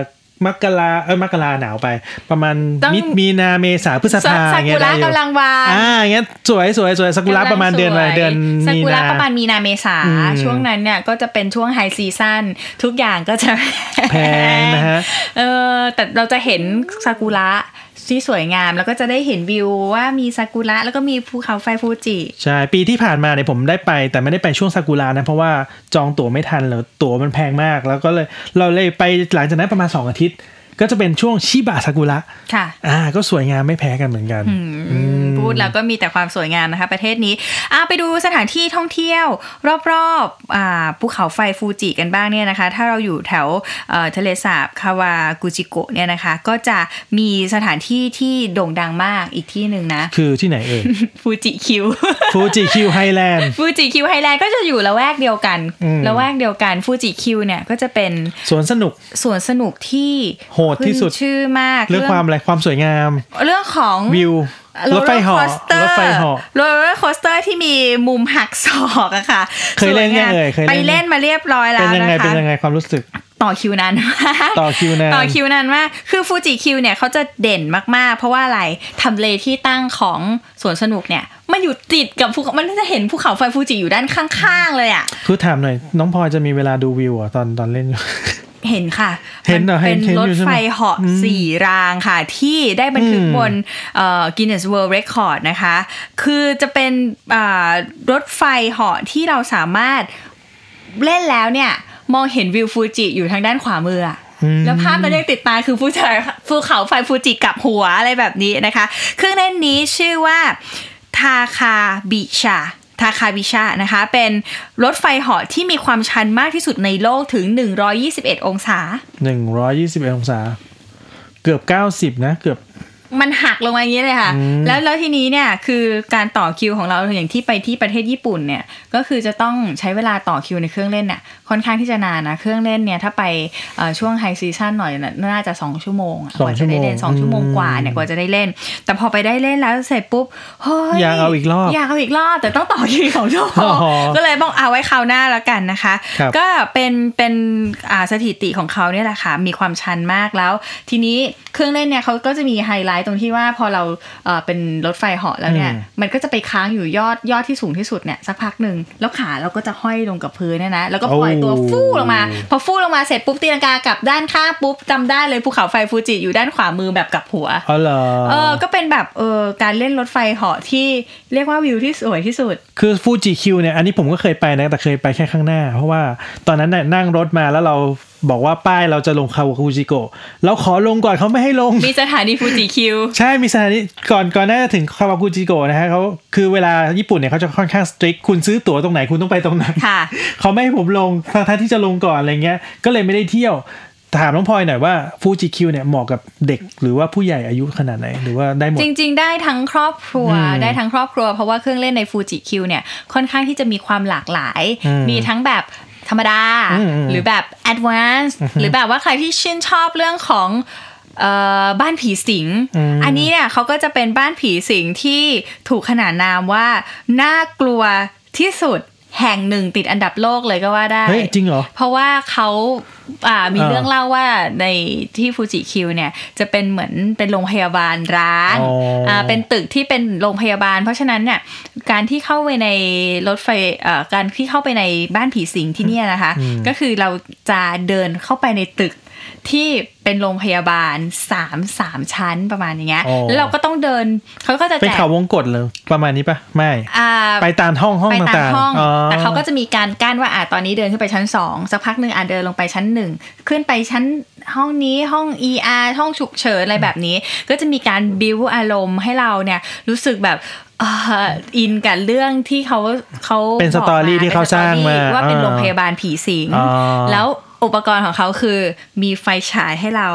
Speaker 2: มกราเอ้ยมกราหนาวไป ประมาณ
Speaker 1: ต้อง
Speaker 2: มิมีนาเมษาพฤษภา
Speaker 1: ซา
Speaker 2: อย่างเงี้
Speaker 1: กุ
Speaker 2: ย
Speaker 1: ระ
Speaker 2: ได้อยู่
Speaker 1: กำลังบาน
Speaker 2: อ่าอย่างเงี้ยสวยสวยสวยซากุระประมาณเดือนอะไรเดือน
Speaker 1: ซา
Speaker 2: มี
Speaker 1: กุระ
Speaker 2: นา
Speaker 1: ประมาณมีนาเมษา
Speaker 2: อืม
Speaker 1: ช่วงนั้นเนี่ยก็จะเป็นช่วงไฮซีซั่นทุกอย่างก็จะ
Speaker 2: แพงนะฮะ
Speaker 1: เออแต่เราจะเห็นซากุระที่สวยงาม แล้วก็จะได้เห็นวิวว่ามีซากุระแล้วก็มีภูเขาไฟฟูจิ
Speaker 2: ใช่ ปีที่ผ่านมาเนี่ยผมได้ไป แต่ไม่ได้ไปช่วงซากุระนะ เพราะว่าจองตั๋วไม่ทันหรือตั๋วมันแพงมาก แล้วก็เลยเราเลยไปหลังจากนั้นประมาณ 2 อาทิตย์ ก็จะเป็นช่วงชิบะซากุระ
Speaker 1: ค่ะ
Speaker 2: อ่า ก็สวยงามไม่แพ้กันเหมือนกัน
Speaker 1: อืมพูดแล้วก็มีแต่ความสวยงามนะคะ ประเทศนี้อ่ะไปดูสถานที่ท่องเที่ยว รอบๆอ่าภูเขาไฟฟูจิกันบ้างเนี่ยนะคะ ถ้าเราอยู่แถวเอ่อทะเลสาบคาวากุจิโกะเนี่ยนะคะ ก็จะมีสถานที่ที่โด่งดังมากอีกที่หนึ่งนะ
Speaker 2: คือที่ไหนเอ่ย
Speaker 1: ฟูจิคิว
Speaker 2: ฟูจิคิวไฮแลนด์
Speaker 1: [LAUGHS] ฟูจิคิวไฮแลนด์ก็จะอยู่ละแวกเดียวกัน
Speaker 2: อืม
Speaker 1: ละแวกเดียวกันฟูจิคิวเนี่ยก็จะเป็น
Speaker 2: สวนสนุก
Speaker 1: สวนสนุกที่
Speaker 2: โหดที่สุด
Speaker 1: ขึ้นชื่อมาก
Speaker 2: เรื่องความอะไรความสวยงาม
Speaker 1: เรื่องของ
Speaker 2: วิว รถไฟเหาะรถไฟเหาะ
Speaker 1: โรลเลอร์โคสเตอร์ที่มีมุมหักศอกอะค่ะ
Speaker 2: เคยเล่น
Speaker 1: สวา
Speaker 2: ยัง
Speaker 1: ม
Speaker 2: เอ่ยเคยเล่น
Speaker 1: ไปเล่นมาเรียบร้อยแล้ว
Speaker 2: เป็นยัง
Speaker 1: นะ
Speaker 2: ไงเป็น
Speaker 1: คะ
Speaker 2: ยังไงความรู้สึก
Speaker 1: ต่อคิวนานมาก
Speaker 2: ต่อคิวนาน
Speaker 1: ต่อคิวนานมาก คือฟูจิคิวเนี่ยเขาจะเด่นมากๆ เพราะว่าอะไรทำเลที่ตั้งของสวนสนุกเนี่ย มันอยู่ติดกับภูเขามันจะเห็นภูเขาไฟฟูจิอยู่ด้านข้างๆ เลยอะ่ะ
Speaker 2: คือถามหน่อยน้องพลอยจะมีเวลาดูวิวเหรอ่ะตอนตอนเล่นอยู่
Speaker 1: เห็นค่ะ
Speaker 2: เห็นเหรอ
Speaker 1: มัเป็น
Speaker 2: เห็นเห็น
Speaker 1: รถ
Speaker 2: อยู่ใช่ไหม
Speaker 1: ไฟเหาะสี่รางค่ะ ที่ได้บันทึกบนเอ่อ Guinness World Record นะคะ คือจะเป็นอ่ารถไฟเหาะที่เราสามารถเล่นแล้วเนี่ย มองเห็นวิวฟูจิอยู่ทางด้านขวามืออะ
Speaker 2: อืม
Speaker 1: แล้วภาพมันยังติดตาคือฟูจิภูเขาไฟฟูจิกลับหัวอะไรแบบนี้นะคะ เครื่องเล่นนี้ชื่อว่า ทาคาบิชา ทาคาบิชา นะคะ เป็นรถไฟเหาะที่มีความชันมากที่สุดในโลกถึง 121 องศา
Speaker 2: หนึ่งร้อยยี่สิบเอ็ดองศา เกือบเก้าสิบนะ เกือบ
Speaker 1: มันหักลงมาอย่างนี้เลยค่ะ
Speaker 2: อืม
Speaker 1: แล้วแล้วทีนี้เนี่ยคือการต่อคิวของเราอย่างที่ไปที่ประเทศญี่ปุ่นเนี่ย ก็คือจะต้องใช้เวลาต่อคิวในเครื่องเล่นน่ะค่อนข้างที่จะนานนะ เครื่องเล่นเนี่ยถ้าไปเอ่อช่วงไฮซีซั่นหน่อยน่ะน่าจะ 2 ชั่วโมงอะ
Speaker 2: ส
Speaker 1: ก
Speaker 2: อง
Speaker 1: ว่าจะได้เล่นส
Speaker 2: ชั่วโมง
Speaker 1: องชั่วโมงกว่าเนี่ยกว่าจะได้เล่น แต่พอไปได้เล่นแล้วเสร็จปุ๊บเฮ้ย
Speaker 2: อยากเอาอีกรอบ
Speaker 1: อยากเอาอีกรอบแต่ต้องต่อคิวของชั่วโม
Speaker 2: อ๋
Speaker 1: ง
Speaker 2: อ
Speaker 1: ก็เลยบอกเอาไว้คราวหน้าแล้วกันนะคะ
Speaker 2: ครับ
Speaker 1: ก็เป็นเป็นอ่าสถิติของเขาเนี่ยแหละค่ะ มีความชันมากแล้ว ทีนี้เครื่องเล่นเนี่ยเขาก็จะมีไฮไลท์ตรงที่ว่าพอเราเอ่อเป็นรถไฟเหาะแล้วเนี่ย
Speaker 2: อืม
Speaker 1: มันก็จะไปค้างอยู่ยอดยอดที่สูงที่สุดเนี่ยสักพักหนึ่งแล้วขาเราก็จะห้อยลงกับพื้นเนี่ยนะแล้วก็ปล่อยตัวฟู่ลงมา พอฟู่ลงมาเสร็จปุ๊บตีลังกากลับด้านข้างปุ๊บจำได้เลยภูเขาไฟฟูจิอยู่ด้านขวามือแบบกลับหัว
Speaker 2: อ๋อเหรอ
Speaker 1: เออก็เป็นแบบเออการเล่นรถไฟเหาะที่เรียกว่าวิวที่สวยที่สุด
Speaker 2: คือฟูจิคิวเนี่ยอันนี้ผมก็เคยไปนะ แต่เคยไปแค่ข้างหน้า เพราะว่าตอนนั้นน่ะนั่งรถมาแล้วเราบอกว่าป้ายเราจะลงคาวาคุจิโกะเราขอลงก่อนเขาไม่ให้ลง
Speaker 1: มีสถานีฟูจิคิว
Speaker 2: ใช่มีสถานีก่อนก่อนหน้าจะถึงคาวาคุจิโกะนะฮะเขาคือเวลาญี่ปุ่นเนี่ยเขาจะค่อนข้างสตริกคุณซื้อตั๋วตรงไหนคุณต้องไปตรงนั้น
Speaker 1: ค่ะ
Speaker 2: [LAUGHS] เขาไม่ให้ผมลงทั้งๆที่จะลงก่อนอะไรเงี้ย ก็เลยไม่ได้เที่ยว ถามน้องพลอยหน่อยว่าฟูจิคิวเนี่ยเหมาะกับเด็กหรือว่าผู้ใหญ่อายุขนาดไหนหรือว่าได้หมด
Speaker 1: จริง ๆ ได้ทั้งครอบครัว
Speaker 2: อืม
Speaker 1: ได้ทั้งครอบครัว เพราะว่าเครื่องเล่นในฟูจิคิวเนี่ยค่อนข้างที่จะมีความหลากหลาย
Speaker 2: อืม
Speaker 1: มีทั้งแบบธรรมดา
Speaker 2: อืมอืม
Speaker 1: หรือแบบแอดวานซ์หรือแบบว่าใครที่ชื่นชอบเรื่องของเอ่อบ้านผีสิง
Speaker 2: อืม
Speaker 1: อันนี้เนี่ยเขาก็จะเป็นบ้านผีสิงที่ถูกขนานนามว่าน่ากลัวที่สุดแห่งหนึ่งติดอันดับโลกเลยก็ว่าได้
Speaker 2: เฮ้ยจริงเหรอ
Speaker 1: เพราะว่าเขาอ่ามี
Speaker 2: เออ
Speaker 1: เรื่องเล่าว่าในที่ฟูจิคิวเนี่ยจะเป็นเหมือนเป็นโรงพยาบาลร้าง
Speaker 2: อ๋ออ่
Speaker 1: าเป็นตึกที่เป็นโรงพยาบาล เพราะฉะนั้นเนี่ยการที่เข้าไปในรถไฟเอ่อการที่เข้าไปในบ้านผีสิงที่เนี่ยนะคะ
Speaker 2: อืม
Speaker 1: ก็คือเราจะเดินเข้าไปในตึกที่เป็นโรงพยาบาลสามสามชั้นประมาณอย่างเงี้ยแล้วเราก็ต้องเดินเขาก็จะ
Speaker 2: เป็น
Speaker 1: แจก
Speaker 2: เขาววงกตเลยประมาณนี้ปะไม่
Speaker 1: อ่า
Speaker 2: ไปตามห้องห้อง
Speaker 1: ไป
Speaker 2: ต่างๆ
Speaker 1: ตามห้อง
Speaker 2: อ๋อ
Speaker 1: แต่เขาก็จะมีการกั้นว่าอ่ะตอนนี้เดินขึ้นไปชั้นสองสักพักหนึ่งอ่ะเดินลงไปชั้นหนึ่งขึ้นไปชั้นห้องนี้ห้อง ER ห้องฉุกเฉินอะไรแบบนี้ ก็จะมีการบิวอารมณ์ให้เราเนี่ยรู้สึกแบบเอ่ออินกับเรื่องที่เขาเขา
Speaker 2: เป็นสตอรี่
Speaker 1: บกม
Speaker 2: ที่เขาสร้างมา
Speaker 1: เป็นสตอรี่ว่าเป็น
Speaker 2: อ่า
Speaker 1: โรงพยาบาลผีสิง
Speaker 2: อ๋อ
Speaker 1: แล้วอุปกรณ์ของเขาคือมีไฟฉายให้เรา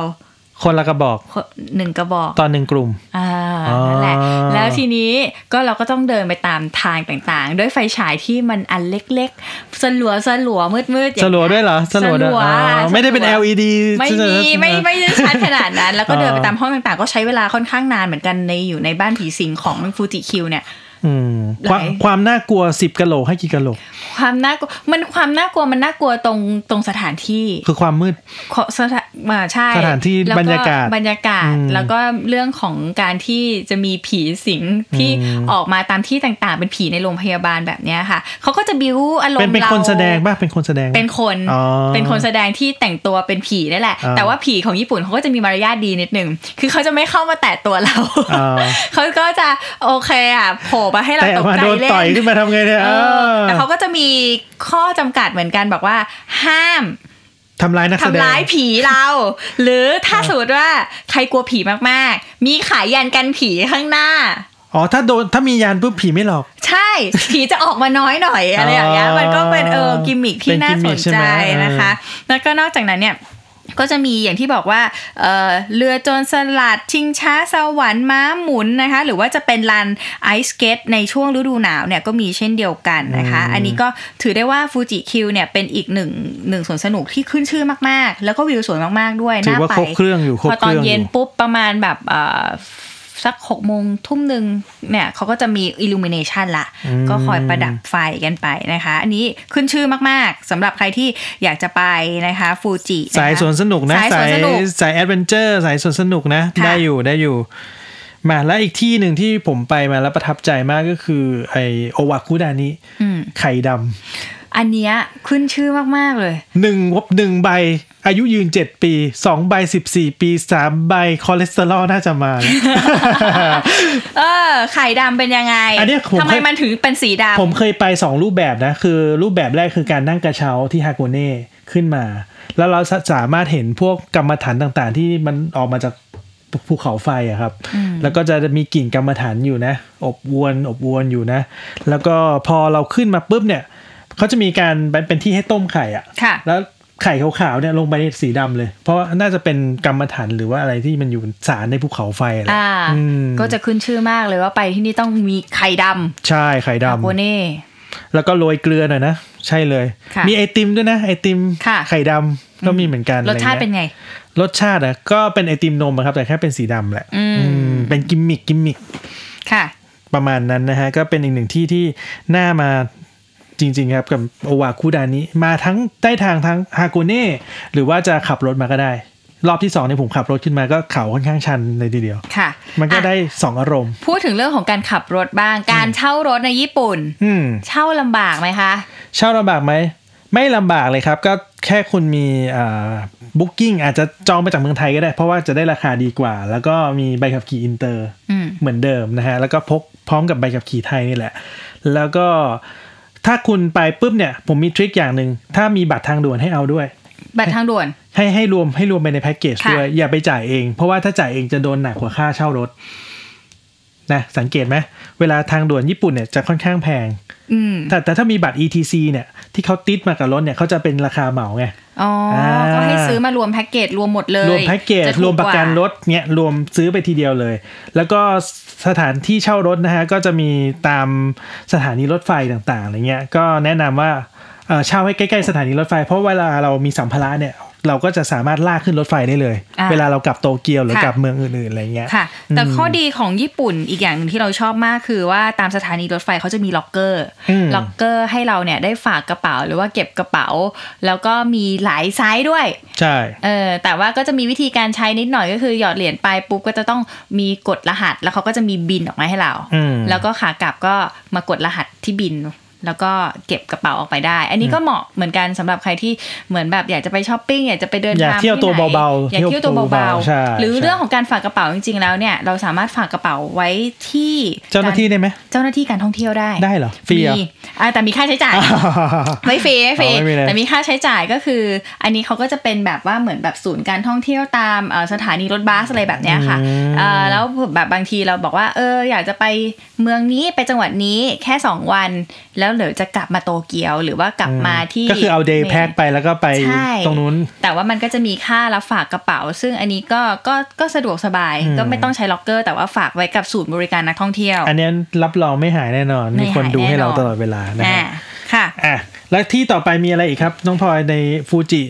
Speaker 2: คนละกระบอก
Speaker 1: คนหนึ่งกระบอก
Speaker 2: ตอนหนึ่งกลุ่ม
Speaker 1: อ่า
Speaker 2: อ๋อ
Speaker 1: นั่นแหละ แล้วทีนี้ก็เราก็ต้องเดินไปตามทางต่างๆ ด้วยไฟฉายที่มันอันเล็กๆ สลัวสลัวมืดมืดๆอย่าง
Speaker 2: ส
Speaker 1: เงี้ย
Speaker 2: ลัวด้วยเหรอสลัวด้วย
Speaker 1: สลัว
Speaker 2: อ๋อไม่ได้เป็น
Speaker 1: สลัว
Speaker 2: LED
Speaker 1: ไม่
Speaker 2: ใช่ห
Speaker 1: มีไม่ไม่ได้ชัดขนาด
Speaker 2: [LAUGHS]
Speaker 1: นั้น แล้วก็เดินไปตามห้องต่างๆ ก็ใช้เวลาค่อนข้างนานเหมือนกันในอยู่ในบ้านผีสิงของฟูจิคิวเนี่ย
Speaker 2: อืมความ
Speaker 1: ไหน
Speaker 2: ความน่ากลัวสิบกะโหลกให้กี่กะโหลก
Speaker 1: ความน่ากลัวมันความน่ากลัวมันน่ากลัวตรงตรงสถานที่
Speaker 2: คือความมืด
Speaker 1: ขอสถานอ่าใช่
Speaker 2: สถานที่
Speaker 1: แล้ว
Speaker 2: บรรยากาศ
Speaker 1: บรรยากาศ
Speaker 2: อืม
Speaker 1: แล้วก็เรื่องของการที่จะมีผีสิงที่
Speaker 2: อืม
Speaker 1: ออกมาตามที่ต่างๆ เป็นผีในโรงพยาบาลแบบเนี้ยค่ะเขาก็จะบิวอารมณ์
Speaker 2: เป็นเป็น
Speaker 1: รา
Speaker 2: คนแสดงป่ะเป็นคนแสดงปะ
Speaker 1: เป็นคน
Speaker 2: อ๋อ
Speaker 1: เป็นคนแสดงที่แต่งตัวเป็นผีนั่นแหละ
Speaker 2: อ่า
Speaker 1: แต่ว่าผีของญี่ปุ่นเขาก็จะมีมารยาทดีนิดนึงคือเขาจะไม่เข้ามาแตะตัวเรา
Speaker 2: อ่า
Speaker 1: [LAUGHS] เขาก็จะโอเคอ่ะโผล่มาให้เรา
Speaker 2: แต่
Speaker 1: ตก
Speaker 2: มา
Speaker 1: ใจ
Speaker 2: โดน
Speaker 1: เล่
Speaker 2: ต่อย
Speaker 1: น
Speaker 2: ขึ้นมาทำไงเนี่ย
Speaker 1: เออแต่เขา
Speaker 2: เออ
Speaker 1: ก็จะมีข้อจำกัดเหมือนกันบอกว่า ห้าม
Speaker 2: ทำร้ายนักแสด
Speaker 1: ทำ
Speaker 2: ง
Speaker 1: ร้ายผีเรา หรือถ้าสมมติว่าใครกลัวผีมากๆ มีขายยันกันผีข้างหน้า
Speaker 2: อ๋อถ้าโดนถ้ามียานปุ๊บผีไม่หลอก
Speaker 1: ใช่ ผีจะออกมาน้อยหน่อยอะไรอย่างเงี้ย
Speaker 2: อ๋อ
Speaker 1: มันก็เป็นเออกิมมิคที่
Speaker 2: เป็น
Speaker 1: น่า
Speaker 2: กิมมิ
Speaker 1: ส
Speaker 2: คน ใช่
Speaker 1: ใจ
Speaker 2: ไหม
Speaker 1: นะคะ แล้วก็นอกจากนั้นเนี่ยก็จะมีอย่างที่บอกว่าเอ่อเรือโจรสลัดชิงช้าสวรรค์ม้าหมุนนะคะ หรือว่าจะเป็นลานไอสเกตในช่วงฤดูหนาวเนี่ยก็มีเช่นเดียวกันนะคะ
Speaker 2: อืม
Speaker 1: อันนี้ก็ถือได้ว่าฟูจิคิวเนี่ยเป็นอีกหนึ่งหนึ่งสวนสนุกที่ขึ้นชื่อมากๆ แล้วก็วิวสวยมากๆด้วย
Speaker 2: ถือ
Speaker 1: น่า
Speaker 2: ว่า
Speaker 1: ไป
Speaker 2: ครบเครื่องอยู่ครบ
Speaker 1: พอ
Speaker 2: เค
Speaker 1: ตอน
Speaker 2: รื่องอ
Speaker 1: เย็น
Speaker 2: ยู่
Speaker 1: ปุ๊บประมาณแบบเอ่อสักหกโมงทุ่มหนึ่งเนี่ยเขาก็จะมีอิลูมิเนชันละ
Speaker 2: อืม
Speaker 1: ก็คอยประดับไฟกันไปนะคะ อันนี้ขึ้นชื่อมาก ๆสำหรับใครที่อยากจะไปนะคะฟูจินะคะ
Speaker 2: สายสวนสนุกนะ
Speaker 1: สายสวนสนุก
Speaker 2: สายแอดเวนเจอร์สายสวนสนุกนะ
Speaker 1: ค่ะ
Speaker 2: ได้อยู่ได้อยู่ มาแล้วอีกที่หนึ่งที่ผมไปมาแล้วประทับใจมากก็คือไอโอวาคุดานิ
Speaker 1: อืม
Speaker 2: ไข่ด
Speaker 1: อันเนี้ยขึ้นชื่อมาก ๆ เลย
Speaker 2: [LAUGHS] ำหนึ่งวบหนึ่งใบ อายุยืนเจ็ดปีสองใบสิบสี่ปีสามใบคอเลสเตอรอลน่าจะมานะ
Speaker 1: เออ ไข่ดำเป็นยังไง
Speaker 2: อันเนี้ยผม
Speaker 1: ทำไม
Speaker 2: เคย
Speaker 1: มันถึงเป็นสีดำ
Speaker 2: ผมเคยไป 2 รูปแบบนะ คือรูปแบบแรกคือการนั่งกระเช้าที่ฮาโกเน่ขึ้นมา แล้วเราสามารถเห็นพวกกรรมฐานต่างๆ ที่มันออกมาจากภูเขาไฟอะครับ
Speaker 1: อืม
Speaker 2: แล้วก็จะมีกลิ่นกรรมฐานอยู่นะ อบอวนอบอวนอยู่นะ แล้วก็พอเราขึ้นมาปุ๊บเนี่ยเขาจะมีการเป็นเป็นที่ให้ต้มไข่อะ
Speaker 1: ค่ะ
Speaker 2: แล้วไข่ขาวๆเนี่ยลงไปในสีดำเลย เพราะว่าน่าจะเป็นกรรมฐานหรือว่าอะไรที่มันอยู่สารในภูเขาไฟอะไร
Speaker 1: อ่า
Speaker 2: อืม
Speaker 1: ก็จะขึ้นชื่อมากเลยว่าไปที่นี่ต้องมีไข่ดำ
Speaker 2: ใช่ไข่ดำ
Speaker 1: โบเน่
Speaker 2: แล้วก็โรยเกลือหน่อยนะ ใช่เลย
Speaker 1: ค่ะ
Speaker 2: มีไอติมด้วยนะ ไอติม
Speaker 1: ค่ะ
Speaker 2: ไข่ดำก็มีเหมือนกัน
Speaker 1: รสชาติ
Speaker 2: อะ
Speaker 1: เป็น
Speaker 2: ไงี้ย
Speaker 1: ไง
Speaker 2: รสชาติอะก็เป็นไอติมนมอะครับ แต่แค่เป็นสีดำแหละ
Speaker 1: อืม
Speaker 2: อืมเป็นกิมมิคกิมมิค
Speaker 1: ค่ะ
Speaker 2: ประมาณนั้นนะฮะ ก็เป็นอีกหนึ่งที่ที่น่ามาจริง ๆ ครับ กับโอวาคุดานิมาทั้งได้ทางทั้งฮาโกเน่หรือว่าจะขับรถมาก็ได้ รอบที่สองเนี่ยผมขับรถขึ้นมาก็เขาค่อนข้างชันเลยทีเดียว
Speaker 1: ค่ะ
Speaker 2: มันก็
Speaker 1: อ่ะ
Speaker 2: ได้สองอารมณ์
Speaker 1: พูดถึงเรื่องของการขับรถบ้าง การเช่ารถในญี่ปุ่น
Speaker 2: อืม
Speaker 1: เช่าลำบากไหมคะ
Speaker 2: เช่าลำบากไหม ไม่ลำบากเลยครับ ก็แค่คุณมีบุ๊กิ้งอาจจะจองมาจากเมืองไทยก็ได้ เพราะว่าจะได้ราคาดีกว่า แล้วก็มีใบขับขี่อินเตอร์
Speaker 1: อืม
Speaker 2: เหมือนเดิมนะฮะ แล้วก็พกพร้อมกับใบขับขี่ไทยนี่แหละ แล้วก็ถ้าคุณไปปุ๊บเนี่ย ผมมีทริคอย่างหนึ่งถ้ามีบัตรทางด่วนให้เอาด้วย
Speaker 1: บัตรทางด่วน
Speaker 2: ให้ให้รวมให้รวมไปในแพ็กเกจ
Speaker 1: ค่ะ
Speaker 2: ด้วย อย่าไปจ่ายเอง เพราะว่าถ้าจ่ายเองจะโดนหนักกว่าค่าเช่ารถนะสังเกตไหมเวลาทางด่วนญี่ปุ่นเนี่ยจะค่อนข้างแพง
Speaker 1: อืม
Speaker 2: แต่แต่ถ้ามีบัตร ETC เนี่ยที่เขาติดมากับรถเนี่ยเขาจะเป็นราคาเหมาไง
Speaker 1: อ๋ออา ก็ให้ซื้อมารวมแพ็กเกจรวมหมดเลย
Speaker 2: รวมแพ็กเกจ
Speaker 1: จถู
Speaker 2: รวมประกัน
Speaker 1: ก
Speaker 2: ร
Speaker 1: ว่า
Speaker 2: ถเนี่ยรวมซื้อไปทีเดียวเลย แล้วก็สถานที่เช่ารถนะฮะก็จะมีตามสถานีรถไฟต่างๆอะไรเงี้ยก็แนะนำว่าเอ่อเช่าให้ใกล้ๆสถานีรถไฟ เพราะเวลาเรามีสัมภาระเนี่ยเราก็จะสามารถลากขึ้นรถไฟได้เลย
Speaker 1: อ่า
Speaker 2: เวลาเรากลับโตเกียวหรือ
Speaker 1: ค่ะ
Speaker 2: กลับเมืองอื่นๆอะไรเงี้ย
Speaker 1: ค่ะ แต่
Speaker 2: อืม
Speaker 1: ข้อดีของญี่ปุ่นอีกอย่างหนึ่งที่เราชอบมากคือว่าตามสถานีรถไฟเขาจะมีล็อกเกอร์
Speaker 2: อืม
Speaker 1: ล็อกเกอร์ให้เราเนี่ยได้ฝากกระเป๋าหรือว่าเก็บกระเป๋า แล้วก็มีหลายไซส์ด้วย
Speaker 2: ใช่
Speaker 1: เออแต่ว่าก็จะมีวิธีการใช้นิดหน่อยก็คือหยอดเหรียญไปปุ๊บก็จะต้องมีกดรหัส แล้วเขาก็จะมีบินออกมาให้เรา
Speaker 2: อืม
Speaker 1: แล้วก็ขากลับก็มากดรหัสที่บิน แล้วก็เก็บกระเป๋าออกไปได้ อันนี้ก็เหมาะเหมือนกันสำหรับใครที่เหมือนแบบอยากจะไปช้อปปิ้งอยากจะไปเดิน
Speaker 2: อยาก
Speaker 1: ทาง
Speaker 2: เที่ยวตัว
Speaker 1: ไหน
Speaker 2: เบาๆ
Speaker 1: อยากเที่ยวตัวเบา
Speaker 2: ใช่
Speaker 1: ๆหรือเรื่องของการฝากกระเป๋าจริงๆแล้วเนี่ยเราสามารถฝากกระเป๋าไว้ที่
Speaker 2: เจ้าหน้าที่ได้ไหม
Speaker 1: เจ้าหน้าที่การท่องเที่ยวได้
Speaker 2: ได้เหรอฟรีเหรอ
Speaker 1: มีอ่าแต่มีค่าใช้จ่าย ไม่ฟรีไม่ฟรี
Speaker 2: อ๋อไม่มีเลย
Speaker 1: แต่มีค่าใช้จ่ายก็คือ อันนี้เขาก็จะเป็นแบบว่าเหมือนแบบศูนย์การท่องเที่ยวตามเอ่อสถานีรถบัสอะไรแบบเนี้ยค่ะ
Speaker 2: อืม
Speaker 1: เอ่อแล้วแบบบางทีเราบอกว่าเอออยากจะไปเมืองนี้ไปจังหวัดนี้แค่ 2 วัน แล้ว แล้วเดี๋ยวจะกลับมาโตเกียวหรือว่ากลับมาที่
Speaker 2: ก็คือเอาเดย์แพ็ไปแล้วก็ไป
Speaker 1: ใช่
Speaker 2: ตรงนู้น
Speaker 1: แต่ว่ามันก็จะมีค่ารับฝากกระเป๋า ซึ่งอันนี้ก็ก็ก็สะดวกสบาย
Speaker 2: อืม
Speaker 1: ก็ไม่ต้องใช้ล็อกเกอร์ แต่ว่าฝากไว้กับศูนย์บริการนักท่องเที่ยว
Speaker 2: อันเนี้ยรับรองไม่หายแน่นอน
Speaker 1: ไม่
Speaker 2: มีคน
Speaker 1: หาย
Speaker 2: ดูให้เรา
Speaker 1: แน่นอน
Speaker 2: ตลอดเวลานะ
Speaker 1: อ่า
Speaker 2: ฮะ
Speaker 1: ค่ะ
Speaker 2: อ่ะแล้วที่ต่อไปมีอะไรอีกครับ น้องพลอยในฟูจิ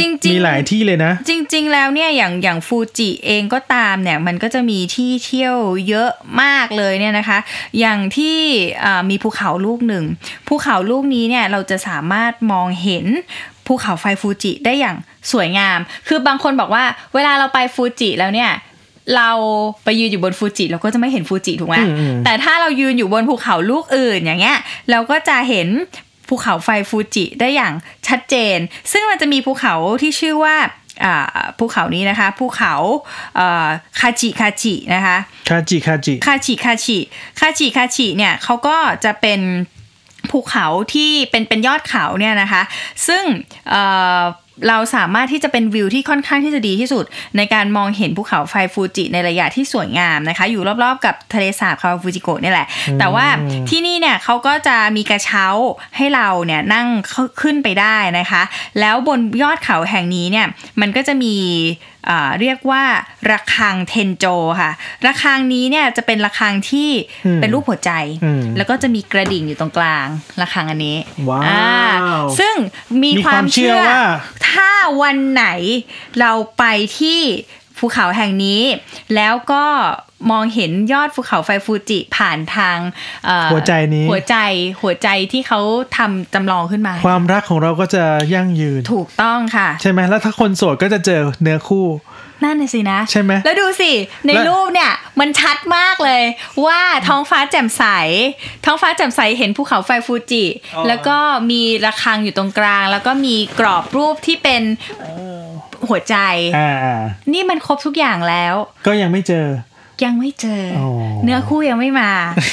Speaker 1: จริงๆ
Speaker 2: มีหลายที่เลยนะ
Speaker 1: จริง ๆ แล้วเนี่ยอย่างอย่างฟูจิเองก็ตามเนี่ยมันก็จะมีที่เที่ยวเยอะมากเลยเนี่ยนะคะ อย่างที่อ่ามีภูเขาลูกหนึ่งภูเขาลูกนี้เนี่ยเราจะสามารถมองเห็นภูเขาไฟฟูจิได้อย่างสวยงาม คือบางคนบอกว่าเวลาเราไปฟูจิแล้วเนี่ย เราไปยืนอยู่บนฟูจิเราก็จะไม่เห็นฟูจิถูกไหม
Speaker 2: อืมอืม
Speaker 1: แต่ถ้าเรายืนอยู่บนภูเขาลูกอื่นอย่างเงี้ยเราก็จะเห็นภูเขาไฟฟูจิได้อย่างชัดเจน ซึ่งมันจะมีภูเขาที่ชื่อว่าอ่าภูเขานี้นะคะ ภูเขาเอ่อคาจิคาจินะคะ
Speaker 2: คาจิคาจิ
Speaker 1: คาชิคาชิคาชิคาชิเนี่ยเขาก็จะเป็นภูเขาที่เป็นเป็นยอดเขาเนี่ยนะคะ ซึ่งเอ่อเราสามารถที่จะเป็นวิวที่ค่อนข้างที่จะดีที่สุด ในการมองเห็นภูเขาไฟฟูจิในระยะที่สวยงามนะคะ อยู่รอบๆกับทะเลสาบคาวาฟูจิโกะเนี่ยแหละ แต่ว่าที่นี่เนี่ยเขาก็จะมีกระเช้าให้เราเนี่ยนั่งเข้าขึ้นไปได้นะคะ แล้วบนยอดเขาแห่งนี้เนี่ยมันก็จะมี อ่าเรียกว่าระฆังเทนโจค่ะระฆังนี้เนี่ยจะเป็นระฆังที่
Speaker 2: อืม
Speaker 1: เป็นรูปหัวใจ
Speaker 2: อืม
Speaker 1: แล้วก็จะมีกระดิ่งอยู่ตรงกลางระฆังอันนี้
Speaker 2: ว้าว
Speaker 1: อ่ซึ่งมี
Speaker 2: มีค
Speaker 1: คาว
Speaker 2: วาม มเชื่
Speaker 1: เชื่
Speaker 2: อ
Speaker 1: อ
Speaker 2: ว่า
Speaker 1: ถ้าวันไหนเราไปที่ภูเขาแห่งนี้ แล้วก็มองเห็นยอดภูเขาไฟฟูจิผ่านทางเอ่อ
Speaker 2: หัวใจนี้
Speaker 1: หัวใจหัวใจที่เขาทำจำลองขึ้นมา
Speaker 2: ความรักของเราก็จะยั่งยืน
Speaker 1: ถูกต้องค่ะ
Speaker 2: ใช่ไหมแล้วถ้าคนโสดก็จะเจอเนื้อคู่
Speaker 1: นั่นน่ะสินะ
Speaker 2: ใช่ไหม
Speaker 1: แล้วดูสิ ใน
Speaker 2: แล้ว
Speaker 1: รูปเนี่ย มันชัดมากเลย ว่าท้องฟ้าแจ่มใส ท้องฟ้าแจ่มใสเห็นภูเขาไฟฟูจิ แล้วก็มีระฆังอยู่ตรงกลาง แล้วก็มีกรอบรูปที่เป็นหัวใจ
Speaker 2: อ่าอ่า
Speaker 1: นี่มันครบทุกอย่างแล้ว
Speaker 2: ก็ยังไม่เจอ
Speaker 1: ยังไม่เจอ
Speaker 2: โอ้
Speaker 1: เนื้อคู่ยังไม่มา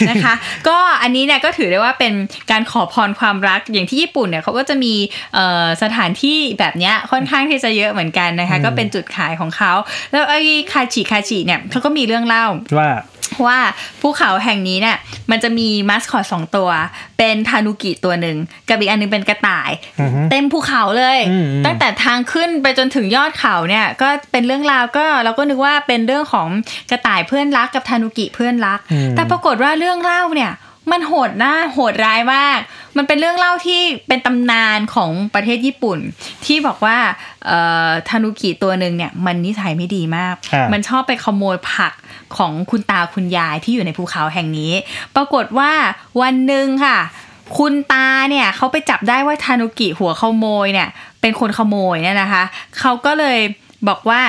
Speaker 1: นะคะ [LAUGHS] ก็อันนี้เนี่ยก็ถือได้ว่าเป็นการขอพรความรักอย่างที่ญี่ปุ่นเนี่ยเขาก็จะมีเอ่อสถานที่แบบเนี้ยค่อนข้างที่จะเยอะเหมือนกันนะคะ ก็เป็นจุดขายของเขา แล้วไอ้คาจิคาจิเนี่ยเขาก็มีเรื่องเล่า
Speaker 2: ว่า
Speaker 1: ว่าภูเขาแห่งนี้เนี่ยมันจะมีมัสคอตสองตัว เป็นทานุกิตัวหนึ่งกับอีกอันหนึงเป็นกระต่าย
Speaker 2: อือฮึ
Speaker 1: เต็มภูเขาเลย
Speaker 2: อืมอืม
Speaker 1: ตั้งแต่ทางขึ้นไปจนถึงยอดเขาเนี่ยก็เป็นเรื่องราวก็เราก็นึกว่าเป็นเรื่องของกระต่ายเพื่อนรักกับทานุกิเพื่อนรัก
Speaker 2: อืม
Speaker 1: แต่ปรากฏว่าเรื่องเล่าเนี่ยมันโหดนะโหดร้ายมาก มันเป็นเรื่องเล่าที่เป็นตำนานของประเทศญี่ปุ่น ที่บอกว่าเอ่อทานุกิตัวหนึ่งเนี่ยมันนิสัยไม่ดีมาก
Speaker 2: อ่ามั
Speaker 1: มันชอบไปขโมยผักของคุณตาคุณยายที่อยู่ในภูเขาแห่งนี้ ปรากฏว่าวันหนึ่งค่ะ คุณตาเนี่ยเขาไปจับได้ว่าทานุกิหัวขโมยเนี่ย เป็นคนขโมยเนี่ยนะคะเขาก็เลยบอกว่า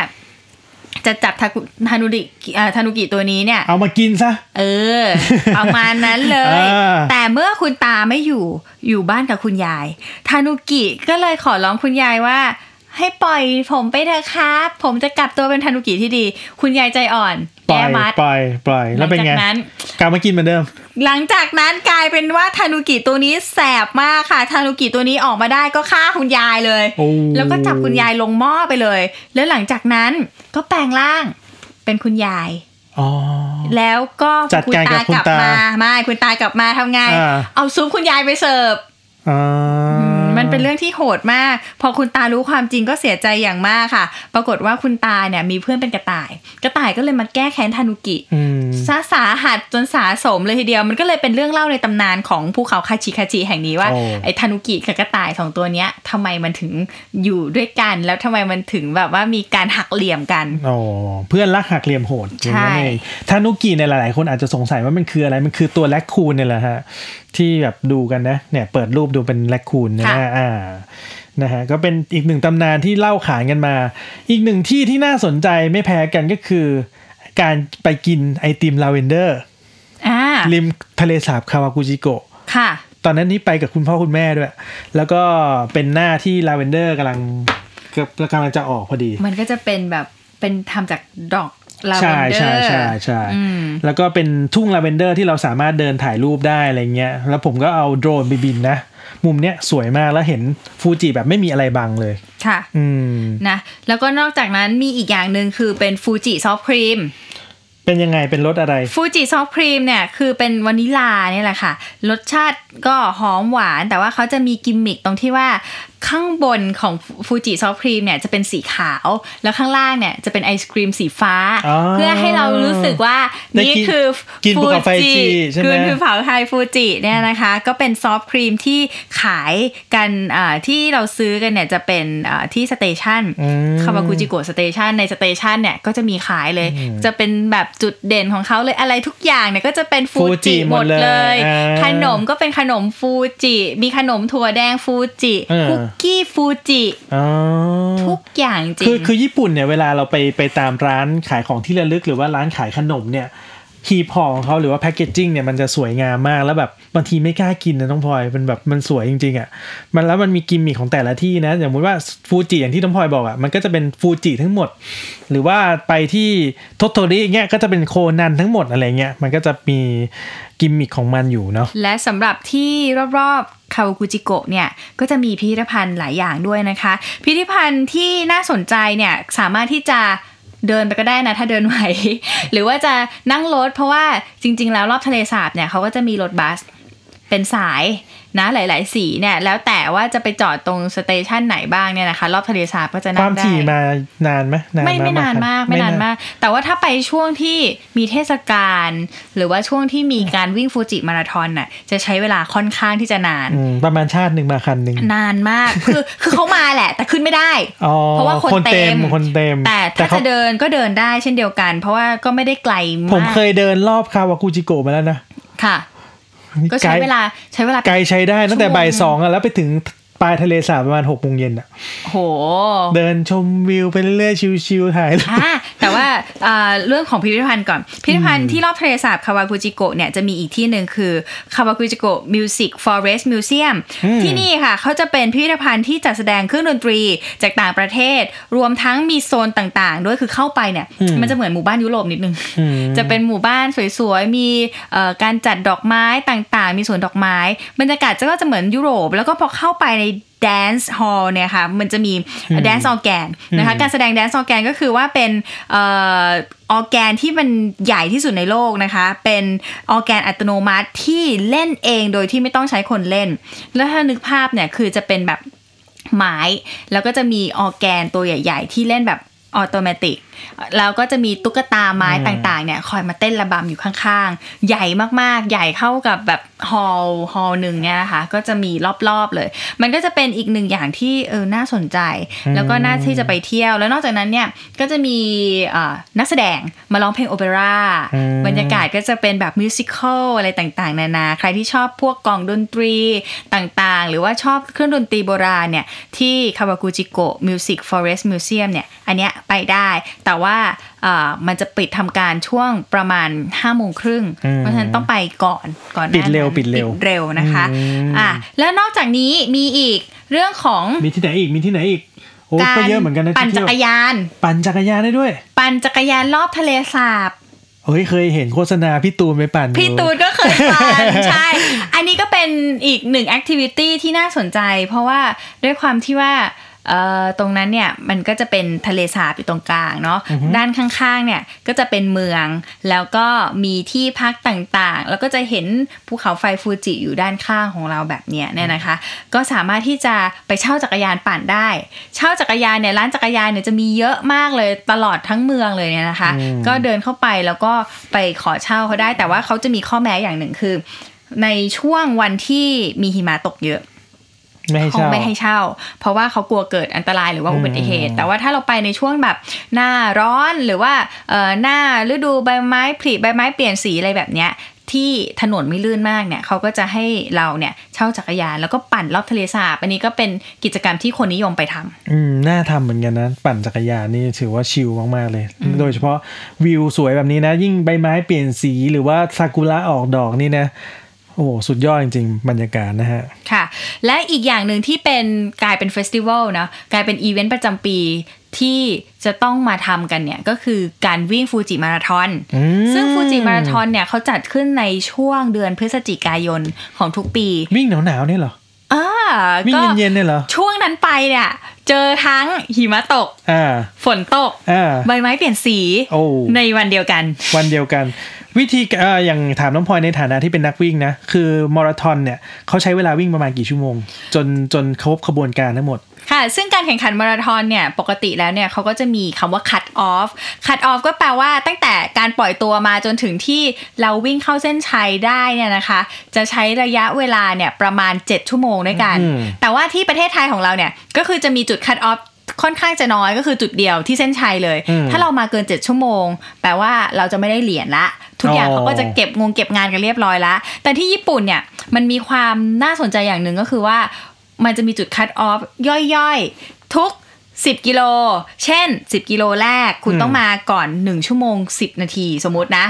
Speaker 1: จะจับทากุทานุกิเอ่อทานุกิตัวนี้เนี่ย
Speaker 2: เอามากินซะ
Speaker 1: เออ ประมาณนั้นเลย
Speaker 2: อ่า
Speaker 1: แต่เมื่อคุณตาไม่อยู่อยู่บ้านกับคุณยาย ทานุกิก็เลยขอร้องคุณยายว่า ให้ปล่อยผมไปเถอะครับ ผมจะกลับตัวเป็นทานุกิที่ดี คุณยายใจอ่อน
Speaker 2: ปล่อ
Speaker 1: แก้
Speaker 2: ย
Speaker 1: มัด
Speaker 2: ปล่อยปล่อย
Speaker 1: ห
Speaker 2: แล้
Speaker 1: ลั
Speaker 2: วเป็น
Speaker 1: จา
Speaker 2: ไง
Speaker 1: กนั้น
Speaker 2: กลับมากินเหมือนเดิม
Speaker 1: หลังจากนั้นกลายเป็นว่าทานุกิตัวนี้แสบมากค่ะ ทานุกิตัวนี้ออกมาได้ก็ฆ่าคุณยายเลย
Speaker 2: โอ้
Speaker 1: แล้วก็จับคุณยายลงหม้อไปเลย แล้วหลังจากนั้นก็แปลงร่างเป็นคุณยาย
Speaker 2: อ๋อ
Speaker 1: แล้วก็
Speaker 2: จัดการกับคุณตา
Speaker 1: มาไม่คุณตากลับมาทำไง
Speaker 2: อ่า
Speaker 1: เอาซุปคุณยายไปเสิร์ฟ
Speaker 2: อ่า
Speaker 1: มันเป็นเรื่องที่โหดมาก พอคุณตารู้ความจริงก็เสียใจอย่างมากค่ะ ปรากฏว่าคุณตาเนี่ยมีเพื่อนเป็นกระต่าย กระต่ายก็เลยมาแก้แค้นทานุกิ
Speaker 2: อืม
Speaker 1: ซาสาหัสจนสาสมเลยทีเดียวมันก็เลยเป็นเรื่องเล่าในตำนานของภูเขาคาชิคาชิแห่งนี้ว่า
Speaker 2: โอ้
Speaker 1: ไอ้ทานุกิกับกระต่ายสองตัวเนี้ยทำไมมันถึงอยู่ด้วยกัน แล้วทำไมมันถึงแบบว่ามีการหักเหลี่ยมกัน
Speaker 2: อ๋อเพื่อนรักหักเหลี่ยมโหดอย่างนั้นเองทานุกิเนี่ยหลายๆ คนอาจจะสงสัยว่ามันคืออะไรมันคือตัวแรคคูนเนี่ยแหละฮะที่แบบดูกันนะเนี่ยเปิดรูปดูเป็นแรคคูนนะ
Speaker 1: ค่ะ
Speaker 2: ฮะอ่านะฮะก็เป็นอีกหนึ่งตำนานที่เล่าขานกันมา อีกหนึ่งที่ที่น่าสนใจไม่แพ้กันก็คือ การไปกินไอติมลาเวนเดอร์
Speaker 1: อ่า
Speaker 2: ริมทะเลสาบคาวากุจิโกะ
Speaker 1: ค่ะ
Speaker 2: ตอนนั้นนี่ไปกับคุณพ่อคุณแม่ด้วย แล้วก็เป็นหน้าที่ลาเวนเดอร์กำลังกำลังจะออกพอดี
Speaker 1: มันก็จะเป็นแบบเป็นทำจากดอกลาเว
Speaker 2: ใช่
Speaker 1: นเดอร์
Speaker 2: ใช่ใช่ใช่
Speaker 1: อืม
Speaker 2: แล้วก็เป็นทุ่งลาเวนเดอร์ที่เราสามารถเดินถ่ายรูปได้อะไรเงี้ย แล้วผมก็เอาโดรนไปบินนะ มุมเนี้ยสวยมากแล้วเห็นฟูจิแบบไม่มีอะไรบังเลย
Speaker 1: ค่ะ
Speaker 2: อืม
Speaker 1: นะแล้วก็นอกจากนั้นมีอีกอย่างหนึ่งคือเป็นฟูจิซอฟต์ครีม
Speaker 2: เป็นยังไงเป็นรสอะไร
Speaker 1: ฟูจิซอฟต์ครีมเนี่ยคือเป็นวานิลลาเนี่ยแหละค่ะ รสชาติก็หอมหวาน แต่ว่าเขาจะมีกิมมิคตรงที่ว่าข้างบนของฟูจิซอฟต์ครีมเนี่ยจะเป็นสีขาว แล้วข้างล่างเนี่ยจะเป็นไอศครีมสีฟ้า
Speaker 2: อ๋อ
Speaker 1: เพื่อให้เรารู้สึกว่า
Speaker 2: ได้
Speaker 1: นี่
Speaker 2: กิน
Speaker 1: คือ
Speaker 2: กินภูเขาไฟจีใช่ไหม
Speaker 1: คือคือเผาไทยฟูจิเนี่ยนะคะ ก็เป็นซอฟต์ครีมที่ขายกันอ่าที่เราซื้อกันเนี่ยจะเป็นอ่าที่สเตชัน
Speaker 2: อืม
Speaker 1: คาวากุจิโกะสเตชันในสเตชันเนี่ยก็จะมีขายเลย จะเป็นแบบจุดเด่นของเขาเลยอะไรทุกอย่างเนี่ยก็จะเป็นฟู
Speaker 2: ฟูจิ
Speaker 1: จิห
Speaker 2: ห
Speaker 1: ม
Speaker 2: ม
Speaker 1: ด
Speaker 2: ด
Speaker 1: เล
Speaker 2: เลย ยอ่า
Speaker 1: ขนมก็เป็นขนมฟูจิ มีขนมถั่วแดงฟูจิ
Speaker 2: เออ
Speaker 1: คุกกี้ฟูจิ
Speaker 2: อ๋อ
Speaker 1: ทุกอย่างจริ
Speaker 2: คือง คือญี่ปุ่นเนี่ยเวลาเราไปไปตามร้านขายของที่ระลึกหรือว่าร้านขายขนมเนี่ยหีบห่อของเขาหรือว่าแพคเกจจิ้งเนี่ยมันจะสวยงามมากแล้วแบบบางทีไม่กล้ากินนะน้องพลอยมันแบบมันสวยจริงๆอะ่ะมันแล้วมันมีกิมมิคของแต่ละที่นะอย่างสมมติว่าฟูจิอย่างที่น้องพลอยบอกอะ่ะมันก็จะเป็นฟูจิทั้งหมด หรือว่าไปที่โทโตริเงี้ยก็จะเป็นโคนันทั้งหมดอะไรเงี้ยมันก็จะมีกิมมิคของมันอยู่เนาะ
Speaker 1: และสำหรับที่รอบๆคาวากุจิโกะเนี่ยก็จะมีพิพิธภัณฑ์หลายอย่างด้วยนะคะ พิพิธภัณฑ์ที่น่าสนใจเนี่ยสามารถที่จะเดินไปก็ได้นะ ถ้าเดินไหว [LAUGHS] หรือว่าจะนั่งรถเพราะว่าจริงๆ แล้วรอบทะเลสาบเนี่ยเขาก็จะมีรถบัสเป็นสายนะหลาย ๆ สีเนี่ยแล้วแต่ว่าจะไปจอดตรงสเตชันไหนบ้างเนี่ยนะคะ รอบทะเลสาบก็จะ
Speaker 2: ค
Speaker 1: นั่
Speaker 2: วาง ม
Speaker 1: ได้
Speaker 2: ถี่มานานไหมนาน
Speaker 1: ไม่ไม่นานมากไม่นานมาก แต่ว่าถ้าไปช่วงที่มีเทศกาลหรือว่าช่วงที่มีการวิ่งฟูจิมาราธอนน่ะจะใช้เวลาค่อนข้างที่จะนาน
Speaker 2: อืมประมาณชาติหนึ่งมาคันหนึ่ง
Speaker 1: นาน
Speaker 2: [LAUGHS]
Speaker 1: มาก คือคือเขามาแหละ แต่ขึ้นไม่ได้
Speaker 2: อ๋อ
Speaker 1: เพราะว่าคนเต็ม
Speaker 2: คนเต็ม
Speaker 1: แต่ถ้า
Speaker 2: เขา
Speaker 1: จะเดินก็เดินได้เช่นเดียวกัน เพราะว่าก็ไม่ได้ไกลมาก
Speaker 2: ผมเคยเดินรอบคาวากูจิโกะมาแล้วนะ
Speaker 1: ค่ะ ก็ใช้เวลาใช้เวลา
Speaker 2: ไกลใช้ได้ตั้งแต่
Speaker 1: ชั่วโมง
Speaker 2: บ่ายสองอะแล้วไปถึงปลายทะเลสาบประมาณหกโมงเย็นอะ
Speaker 1: โห
Speaker 2: เดินชมวิวไปเรื่อยๆ ชิวๆถ่ายรูป
Speaker 1: อ่าแต่ว่าเอ่อเรื่องของพิพิธภัณฑ์ก่อน พิพิธภัณฑ์ที่รอบทะเลสาบคาวากุจิโกะเนี่ยจะมีอีกที่หนึ่งคือคาวากุจิโกะมิวสิกฟอเรสต์มิวเซียม
Speaker 2: อืม
Speaker 1: ที่นี่ค่ะเขาจะเป็นพิพิธภัณฑ์ที่จัดแสดงเครื่องดนตรีจากต่างประเทศ รวมทั้งมีโซนต่างๆ ด้วยคือเข้าไปเนี่ย มันจะเหมือนหมู่บ้านยุโรปนิดนึง
Speaker 2: อืม
Speaker 1: จะเป็นหมู่บ้านสวยๆ มีเอ่อการจัดดอกไม้ต่างๆ มีสวนดอกไม้ บรรยากาศก็จะเหมือนยุโรป แล้วก็พอเข้าไปใน Dance Hall เนี่ยค่ะ มันจะมี Dance Organ นะคะ
Speaker 2: อืม
Speaker 1: การแสดง Dance Organ ก็คือว่าเป็นเออแกนที่มันใหญ่ที่สุดในโลกนะคะ เป็นออแกนอัตโนมัติที่เล่นเองโดยที่ไม่ต้องใช้คนเล่น แล้วถ้านึกภาพเนี่ยคือจะเป็นแบบ ไม้แล้วก็จะมีออร์แกนตัวใหญ่ ๆ ที่เล่นแบบออโตเมติกแล้วก็จะมีตุ๊กตาไม้
Speaker 2: อืม
Speaker 1: ต่างๆ เนี่ย คอยมาเต้นระบำอยู่ข้างๆ ใหญ่มากๆ ใหญ่เข้ากับแบบฮอลฮอลหนึ่งเนี่ยนะคะ ก็จะมีรอบๆเลย มันก็จะเป็นอีกหนึ่งอย่างที่เออน่าสนใจ แล้วก็น่าที่จะไปเที่ยว แล้วนอกจากนั้นเนี่ยก็จะมีเอ่อนักแสดงมาร้องเพลงโอเปร่า
Speaker 2: อืม
Speaker 1: บรรยากาศ ก็จะเป็นแบบมิวสิควลอะไรต่างๆ นานา ใครที่ชอบพวกกลองดนตรีต่างๆ หรือว่าชอบเครื่องดนตรีโบราณเนี่ย ที่คาวากุจิโกะมิวสิกฟอเรสต์มิวเซียมเนี่ย อันเนี้ยไปได้ แต่ว่าเอ่อมันจะปิดทำการช่วงประมาณ5้าโมงครึ่ง
Speaker 2: อืม
Speaker 1: เพราะฉะนั้นต้องไปก่อนก่อนหน้า
Speaker 2: ปิดเร็ว
Speaker 1: นั้น
Speaker 2: ปิดเร็ว
Speaker 1: ปิดเร็วนะคะ
Speaker 2: อืม
Speaker 1: อ่ะแล้วนอกจากนี้มีอีกเรื่องของ
Speaker 2: มีที่ไหนอีกมีที่ไหนอีกโอ้
Speaker 1: การ
Speaker 2: ก็เยอะเหมือนกันนะ
Speaker 1: ปั่น
Speaker 2: ที่
Speaker 1: จั
Speaker 2: เที่ยว
Speaker 1: กรยาน
Speaker 2: ปั่นจักรยานได้ด้วย
Speaker 1: ปั่นจักรยานรอบทะเลสาบ
Speaker 2: เฮ้ยเคยเห็นโฆษณาพี่ตูนไปปั่นอยู่
Speaker 1: พี่ตูนก็เคยปั่น ใช่ อันนี้ก็เป็นอีกหนึ่งแอคทิวิตี้ที่น่าสนใจ เพราะว่าด้วยความที่ว่าเอ่อตรงนั้นเนี่ยมันก็จะเป็นทะเลสาบอยู่ตรงกลางเนาะด้านข้างๆเนี่ยก็จะเป็นเมืองแล้วก็มีที่พักต่างๆ แล้วก็จะเห็นภูเขาไฟฟูจิอยู่ด้านข้างของเราแบบเนี้ยเนี่ยนะคะ ก็สามารถที่จะไปเช่าจักรยานปั่นได้ เช่าจักรยานเนี่ยร้านจักรยานเนี่ยจะมีเยอะมากเลยตลอดทั้งเมืองเลยเนี่ยนะคะ
Speaker 2: อืม
Speaker 1: ก็ ก็เดินเข้าไปแล้วก็ไปขอเช่าเขาได้ แต่ว่าเขาจะมีข้อแม้อย่างหนึ่งคือ ในช่วงวันที่มีหิมะตกเยอะ
Speaker 2: ไม่ให้
Speaker 1: เขา
Speaker 2: เช่า
Speaker 1: ไม่ให้เช่า เพราะว่าเขากลัวเกิดอันตรายหรือว่าอุบัติเหตุ
Speaker 2: อืม
Speaker 1: แต่ว่าถ้าเราไปในช่วงแบบหน้าร้อนหรือว่าเอ่อหน้าฤดูใบไม้ผลิใบไม้เปลี่ยนสีอะไรแบบเนี้ย ที่ถนนไม่ลื่นมากเนี่ยเขาก็จะให้เราเนี่ยเช่าจักรยานแล้วก็ปั่นรอบทะเลสาบอันนี้ก็เป็นกิจกรรมที่คนนิยมไปทำ
Speaker 2: อืมน่าทำเหมือนกันนะ ปั่นจักรยานนี่ถือว่าชิลมาก ๆ เลย โดยเฉพาะวิวสวยแบบนี้นะ ยิ่งใบไม้เปลี่ยนสีหรือว่าซากุระออกดอกนี่นะ โอ้โหสุดยอดจริง ๆ บรรยากาศนะฮะ
Speaker 1: ค่ะ และอีกอย่างหนึ่งที่เป็นกลายเป็นเฟสติวัลนะกลายเป็นอีเวนต์ประจำปีที่จะต้องมาทำกันเนี่ย ก็คือการวิ่งฟูจิมาราธอน
Speaker 2: อืม
Speaker 1: ซึ่งฟูจิมาราธอนเนี่ยเขาจัดขึ้นในช่วงเดือนพฤศจิกายนของทุกปี
Speaker 2: วิ่งหนาวๆเนี่ยเหรอ
Speaker 1: อ่า
Speaker 2: วิ่ง
Speaker 1: ก็
Speaker 2: เย็นๆเนี่ยเหรอ
Speaker 1: ช่วงนั้นไปเนี่ย เจอทั้งหิมะตก
Speaker 2: อ่า
Speaker 1: ฝนตก
Speaker 2: อ่า
Speaker 1: ใบไม้เปลี่ยนสี
Speaker 2: โอ้
Speaker 1: ในวันเดียวกัน
Speaker 2: วันเดียวกัน วิธีเอ่ออย่างถามน้องพลอยในฐานะที่เป็นนักวิ่งนะ คือมาราธอนเนี่ยเขาใช้เวลาวิ่งประมาณกี่ชั่วโมง จนจนครบขบวนการทั้งหมด
Speaker 1: ค่ะ ซึ่งการแข่งขันมาราธอนเนี่ย ปกติแล้วเนี่ยเขาก็จะมีคำว่า cut off cut off ก็แปลว่าตั้งแต่การปล่อยตัวมาจนถึงที่เราวิ่งเข้าเส้นชัยได้เนี่ยนะคะ จะใช้ระยะเวลาเนี่ยประมาณ 7 ชั่วโมงด้วยกัน
Speaker 2: อืม
Speaker 1: แต่ว่าที่ประเทศไทยของเราเนี่ย ก็คือจะมีจุด cut off ค่อนข้างจะน้อยก็คือจุดเดียวที่เส้นชัยเลย
Speaker 2: อืม
Speaker 1: ถ้าเรามาเกิน 7 ชั่วโมง แปลว่าเราจะไม่ได้เหรียญละ ทุกอย่าง
Speaker 2: อ๋อ
Speaker 1: เขาก็จะเก็บงงเก็บงานกันเรียบร้อยละ แต่ที่ญี่ปุ่นเนี่ยมันมีความน่าสนใจอย่างหนึ่งก็คือว่า มันจะมีจุดคัดออฟย่อยๆ ทุก 10 กิโล เช่น 10 กิโลแรก คุณ
Speaker 2: อืม
Speaker 1: ต้องมาก่อน 1 ชั่วโมง 10 นาทีสมมตินะ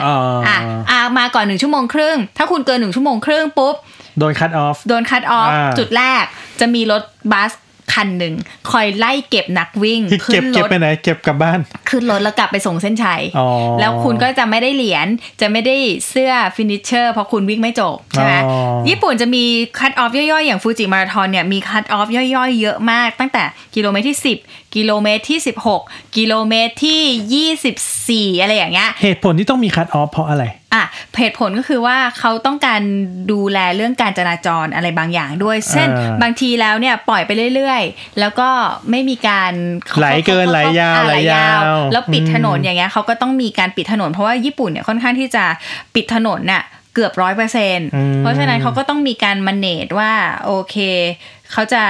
Speaker 2: อ่า
Speaker 1: ะอ่ะมาก่อน 1 ชั่วโมงครึ่ง ถ้าคุณเกิน 1 ชั่วโมงครึ่งปุ๊บ
Speaker 2: โดนคัตออฟ
Speaker 1: โดนคัดออฟ
Speaker 2: อ่า
Speaker 1: จุดแรกจะมีรถบัสคันหนึ่ง คอยไล่เก็บนักวิ่ง
Speaker 2: คือเก็
Speaker 1: ขึ้
Speaker 2: บ
Speaker 1: นร
Speaker 2: เก็บ
Speaker 1: ถ
Speaker 2: ไปไหนเก็บกลับบ้าน
Speaker 1: ขึ้นรถแล้วกลับไปส่งเส้นชัย
Speaker 2: อ๋อ
Speaker 1: แล้วคุณก็จะไม่ได้เหรียญจะไม่ได้เสื้อฟินิชเชอร์เพราะคุณวิ่งไม่จบใช่ไหม
Speaker 2: อ๋อ
Speaker 1: ญี่ปุ่นจะมีคัตออฟย่อยๆ อย่างฟูจิมาราธอนเนี่ยมีคัตออฟย่อยๆ เยอะมาก ตั้งแต่กิโลเมตรที่ 10 กิโลเมตรที่ 16 กิโลเมตรที่ 24 อะไรอย่างเงี้ย
Speaker 2: เหตุผลที่ต้องมีคัตออฟเพราะอะไร
Speaker 1: อ่ะเหตุผลก็คือว่าเขาต้องการดูแลเรื่องการจราจรอะไรบางอย่างด้วย เช่น
Speaker 2: อ่า
Speaker 1: บางทีแล้วเนี่ยปล่อยไปเรื่อยๆ แล้วก็ไม่มีการ
Speaker 2: ไหลเกินไหลยาว
Speaker 1: อ่ะไหลยาว
Speaker 2: ไหลยาว
Speaker 1: แล้วปิด
Speaker 2: อืม
Speaker 1: ถนน อย่างเงี้ยเขาก็ต้องมีการปิดถนน เพราะว่าญี่ปุ่นเนี่ยค่อนข้างที่จะปิดถนนน่ะเกือบร้อยเปอร์เซ็นต์
Speaker 2: ม
Speaker 1: เพราะฉะนั้นเขาก็ต้องมีการมันเนตว่าโอเค เขาจะ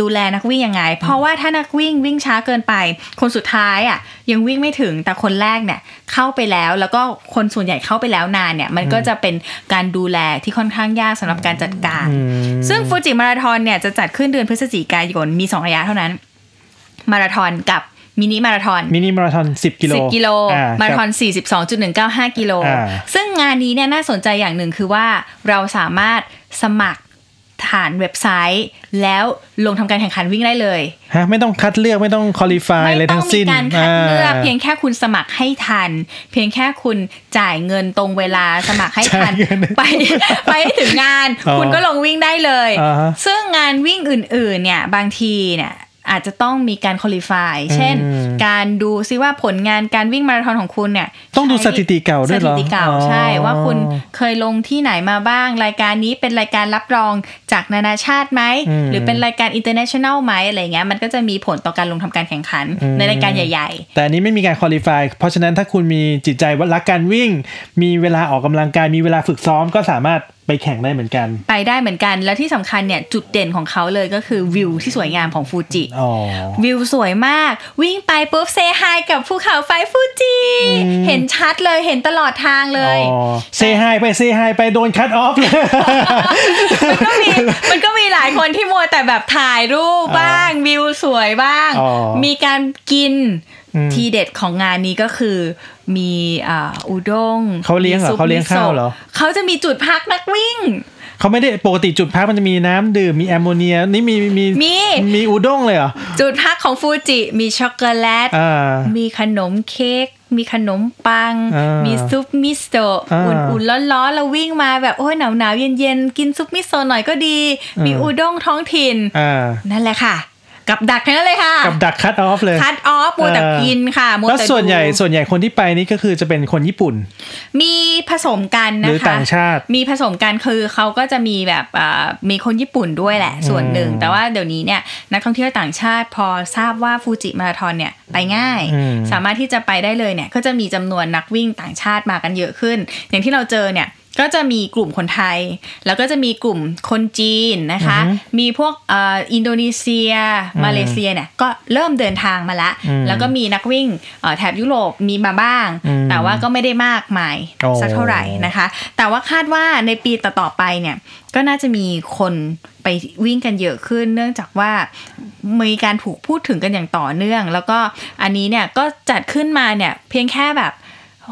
Speaker 1: ดูแลนักวิ่งยังไง เพราะว่าถ้านักวิ่งวิ่งช้าเกินไป คนสุดท้ายอ่ะยังวิ่งไม่ถึงแต่คนแรกเนี่ยเข้าไปแล้วแล้วก็คนส่วนใหญ่เข้าไปแล้วนานเนี่ยมันก็จะเป็นการดูแลที่ค่อนข้างยากสำหรับการจัดการ
Speaker 2: อืม
Speaker 1: ซึ่งฟูจิมาราธอนเนี่ยจะจัดขึ้นเดือนพฤศจิกายนมีสองระยะเท่านั้น มาราธอนกับมินิมาราธอน
Speaker 2: มินิมาราธอน 10 กิโล
Speaker 1: สิบกิโล
Speaker 2: อ่
Speaker 1: มาราธอน
Speaker 2: คบ
Speaker 1: 42.195 กิโล
Speaker 2: อ่า
Speaker 1: ซึ่งงานนี้เนี่ยน่าสนใจอย่างหนึ่งคือว่าเราสามารถสมัครฐานเว็บไซต์ แล้วลงทำการแข่งขันวิ่งได้เลย
Speaker 2: ฮะไม่ต้องคัดเลือกไม่ต้องคอลี่ฟายอะไร
Speaker 1: ไม่ต้อ
Speaker 2: ทั้
Speaker 1: ง
Speaker 2: ง
Speaker 1: มี
Speaker 2: สิ้น
Speaker 1: การคัดเลือก
Speaker 2: า
Speaker 1: เพียงแค่คุณสมัครให้ทัน เพียงแค่คุณจ่ายเงินตรงเวลาสมัครให้ทัน
Speaker 2: จ่ายเงิน
Speaker 1: ไป [LAUGHS] ไปให้ถึงงาน
Speaker 2: อ๋อ
Speaker 1: คุณก็ลงวิ่งได้เลย
Speaker 2: อ่าฮะ
Speaker 1: ซึ่งงานวิ่งอื่นๆเนี่ยบางทีเนี่ยอาจจะต้องมีการคุริฟายเช่น
Speaker 2: อืม
Speaker 1: การดูซิว่าผลงานการวิ่งมาราธอนของคุณเนี่ย
Speaker 2: ต้องดูส
Speaker 1: ใช้
Speaker 2: ถิติเก่าด้วยเหรอ
Speaker 1: สถิติเก่า
Speaker 2: อ๋อ
Speaker 1: ใช่ว่าคุณเคยลงที่ไหนมาบ้าง รายการนี้เป็นรายการรับรองจากนานาชาติไหม
Speaker 2: อืม
Speaker 1: หรือเป็นรายการ international ไหมอะไรเงี้ยมันก็จะมีผลต่อการลงทำการแข่งขัน
Speaker 2: อืม
Speaker 1: ในรายการใหญ่
Speaker 2: แต่อันนี้ไม่มีการคอลี่ฟายเพราะฉะนั้นถ้าคุณมีจิตใจว่ารักการวิ่ง มีเวลาออกกำลังกาย มีเวลาฝึกซ้อมก็สามารถไปแข่งได้เหมือนกัน
Speaker 1: ๆ ไปได้เหมือนกัน แล้วที่สำคัญเนี่ย จุดเด่นของเขาเลยก็คือวิวที่สวยงามของฟูจิ
Speaker 2: อ๋อ
Speaker 1: วิวสวยมาก วิ่งไปปุ๊บเซฮายกับภูเขาไฟฟูจิ
Speaker 2: อืม
Speaker 1: เห็นชัดเลยเห็นตลอดทางเลย
Speaker 2: เซฮายไปเซฮายไปโดนคัตออฟ [LAUGHS] เลย
Speaker 1: มันก็
Speaker 2: [LAUGHS]
Speaker 1: มีมันก็มีหลายคนที่มัวแต่แบบถ่ายรูปบ้าง วิวสวยบ้าง
Speaker 2: อ๋อ
Speaker 1: มีการกิน
Speaker 2: อืม
Speaker 1: ทีเด็ดของงานนี้ก็คือ มีอ่าอุด้ง
Speaker 2: เขาเลี้ยงเหรอ
Speaker 1: มีซุป
Speaker 2: เขาเลี้ยง
Speaker 1: มีโซะ
Speaker 2: ข้าวเหรอ
Speaker 1: เขาจะมีจุดพักนักวิ่ง
Speaker 2: เขาไม่ได้ปกติจุดพักมันจะมีน้ำดื่มมีแอมโมเนียนี่มีมี
Speaker 1: มี
Speaker 2: มีอุด้งเลยเหรอ
Speaker 1: จุดพักของฟูจิมีช็อกโกแลต
Speaker 2: อ่า
Speaker 1: มีขนมเค้ก มีขนมปัง
Speaker 2: อ่ามี
Speaker 1: มีซุปมิโซะ
Speaker 2: อ่า
Speaker 1: อุ่นๆร้อนๆแล้ววิ่งมาแบบโอ้ยหนาวๆเย็นๆกินซุปมิโซะหน่อยก็ดี มี
Speaker 2: อืม
Speaker 1: อุด้งท้องถิ่น
Speaker 2: อ่า
Speaker 1: นั่นแหละค่ะ กับดักทั้งนั้นเลยค่ะ
Speaker 2: กับดักคัตออฟเลย
Speaker 1: คัดออฟมัวแต่
Speaker 2: เออ
Speaker 1: กินค่ะมัว
Speaker 2: แล้ว
Speaker 1: แต่ดู
Speaker 2: ส่วนใหญ่ส่วนใหญ่คนที่ไปนี่ก็คือจะเป็นคนญี่ปุ่น
Speaker 1: มีผสมกัน
Speaker 2: ห
Speaker 1: นะ
Speaker 2: รือ
Speaker 1: คะ
Speaker 2: ต่างชาติ
Speaker 1: มีผสมกันคือเขาก็จะมีแบบอ่ามีคนญี่ปุ่นด้วยแหละ ส่วนหนึ่ง แต่ว่าเดี๋ยวนี้เนี่ยนักท่องเที่ยวต่างชาติพอทราบว่าฟูจิมาราธอนเนี่ยไปง่าย
Speaker 2: อืม
Speaker 1: สามารถที่จะไปได้เลยเนี่ยก็จะมีจำนวนนักวิ่งต่างชาติมากันเยอะขึ้น อย่างที่เราเจอเนี่ยก็จะมีกลุ่มคนไทย แล้วก็จะมีกลุ่มคนจีนนะคะ มีพวกเอ่ออินโดนีเซีย มาเลเซียเนี่ยก็เริ่มเดินทางมาละ
Speaker 2: อืม
Speaker 1: แล้วก็มีนักวิ่งเอ่อแถบยุโรปมีมาบ้าง
Speaker 2: อืม
Speaker 1: แต่ว่าก็ไม่ได้มากมาย
Speaker 2: โอ้
Speaker 1: สักเท่าไหร่นะคะ แต่ว่าคาดว่าในปีต่อๆไปเนี่ยก็น่าจะมีคนไปวิ่งกันเยอะขึ้น เนื่องจากว่า มีการถูกพูดถึงกันอย่างต่อเนื่อง แล้วก็อันนี้เนี่ยก็จัดขึ้นมาเนี่ยเพียงแค่แบบ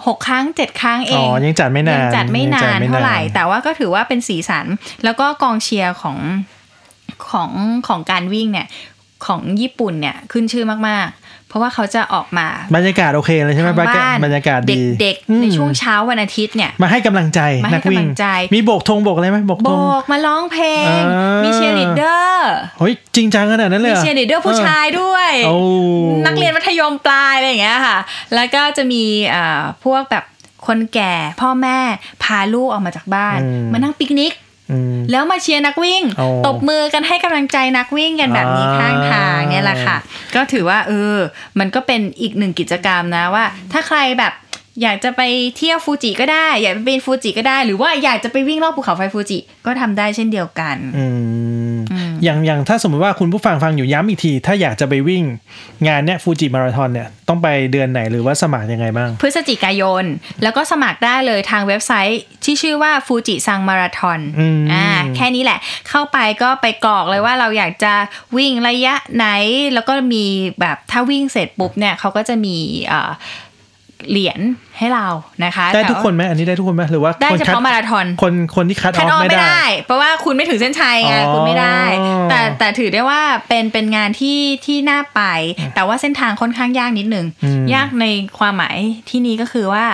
Speaker 1: หกครั้งเจ็ดครั้งเอ
Speaker 2: อ๋องยังจัดไม่นาน
Speaker 1: ยังจัดไม่นาน
Speaker 2: ยังจัดม่
Speaker 1: เท่าไหร่ แต่ว่าก็ถือว่าเป็นสีสัน แล้วก็กองเชียร์ของของของการวิ่งเนี่ยของญี่ปุ่นเนี่ยขึ้นชื่อมากๆ ราะว่าเขาจะออกมา
Speaker 2: บรรยากาศโอเคเลยใช่ไหม
Speaker 1: ทาง
Speaker 2: บรรยากา
Speaker 1: บ้า
Speaker 2: ศ
Speaker 1: น
Speaker 2: บรรยากาศดี
Speaker 1: เด็ก
Speaker 2: อืม
Speaker 1: ๆ ในช่วงเช้าวันอาทิตย์เนี่ย
Speaker 2: มาให้กำลังใจ
Speaker 1: มาให้
Speaker 2: นัก
Speaker 1: กำ
Speaker 2: วิ่
Speaker 1: ลังใจ
Speaker 2: มีโบกธงโบกอะไรไหมโบก
Speaker 1: โบ
Speaker 2: ธง
Speaker 1: กมาร้องเพลง
Speaker 2: อ่ามี
Speaker 1: มีเชียร์ลีดเดอร์
Speaker 2: เฮ้ยจริงจังขนาดนั้นเลย
Speaker 1: มี
Speaker 2: หร
Speaker 1: เชียร์ลีดเดอร์ผู้ชายด้วย
Speaker 2: โอ้
Speaker 1: นักเรียนมัธยมปลายอะไรอย่างเงี้ยค่ะ แล้วก็จะมีอ่าพวกแบบคนแก่พ่อแม่พาลูกออกมาจากบ้าน
Speaker 2: อืม
Speaker 1: มานั่งปิกนิก
Speaker 2: อืม
Speaker 1: แล้วมาเชียร์นักวิ่ง
Speaker 2: โอ้
Speaker 1: ตบมือกันให้กำลังใจนักวิ่งกันแบบนี้
Speaker 2: อ่า
Speaker 1: ข้างทางเนี่ยแหละค่ะ ก็ถือว่าเออ มันก็เป็นอีกหนึ่งกิจกรรมนะว่า ถ้าใครแบบอยากจะไปเที่ยวฟูจิก็ได้ อยากไปปีนฟูจิก็ได้ หรือว่าอยากจะไปวิ่งรอบภูเขาไฟฟูจิก็ทำได้เช่นเดียวกัน
Speaker 2: อืม
Speaker 1: อืม
Speaker 2: อย่างอย่างถ้าสมมติว่าคุณผู้ฟังฟังอยู่ย้ำอีกที ถ้าอยากจะไปวิ่งงานเนี้ยฟูจิมาราธอนเนี่ยต้องไปเดือนไหนหรือว่าสมัครยังไงบ้าง
Speaker 1: พฤศจิกายน แล้วก็สมัครได้เลยทางเว็บไซต์ที่ชื่อว่าฟูจิซังมาราทอน
Speaker 2: อืม
Speaker 1: แค่นี้แหละ เข้าไปก็ไปกรอกเลยว่าเราอยากจะวิ่งระยะไหน แล้วก็มีแบบถ้าวิ่งเสร็จปุ๊บเนี่ยเขาก็จะมีเอ่อเหรียญให้เรานะคะ
Speaker 2: ได้
Speaker 1: แต่ว่า
Speaker 2: ทุกคนไหมอันนี้ได้ทุกคนไหมหรือว่า
Speaker 1: ได้
Speaker 2: คน
Speaker 1: เฉ
Speaker 2: คัด
Speaker 1: พาะมาราทอน
Speaker 2: คนคนที่คัดอ
Speaker 1: คัด
Speaker 2: อฟ
Speaker 1: ออก
Speaker 2: ไม่
Speaker 1: ไม่
Speaker 2: ได้
Speaker 1: ได้ เพราะว่าคุณไม่ถึงเส้นชัยไง
Speaker 2: อ๋อ
Speaker 1: คุณไม่ได้ แต่แต่ถือได้ว่าเป็นเป็นงานที่ที่น่าไป แต่ว่าเส้นทางค่อนข้างยากนิดนึง
Speaker 2: อืม
Speaker 1: ยากในความหมายที่นี้ก็คือว่า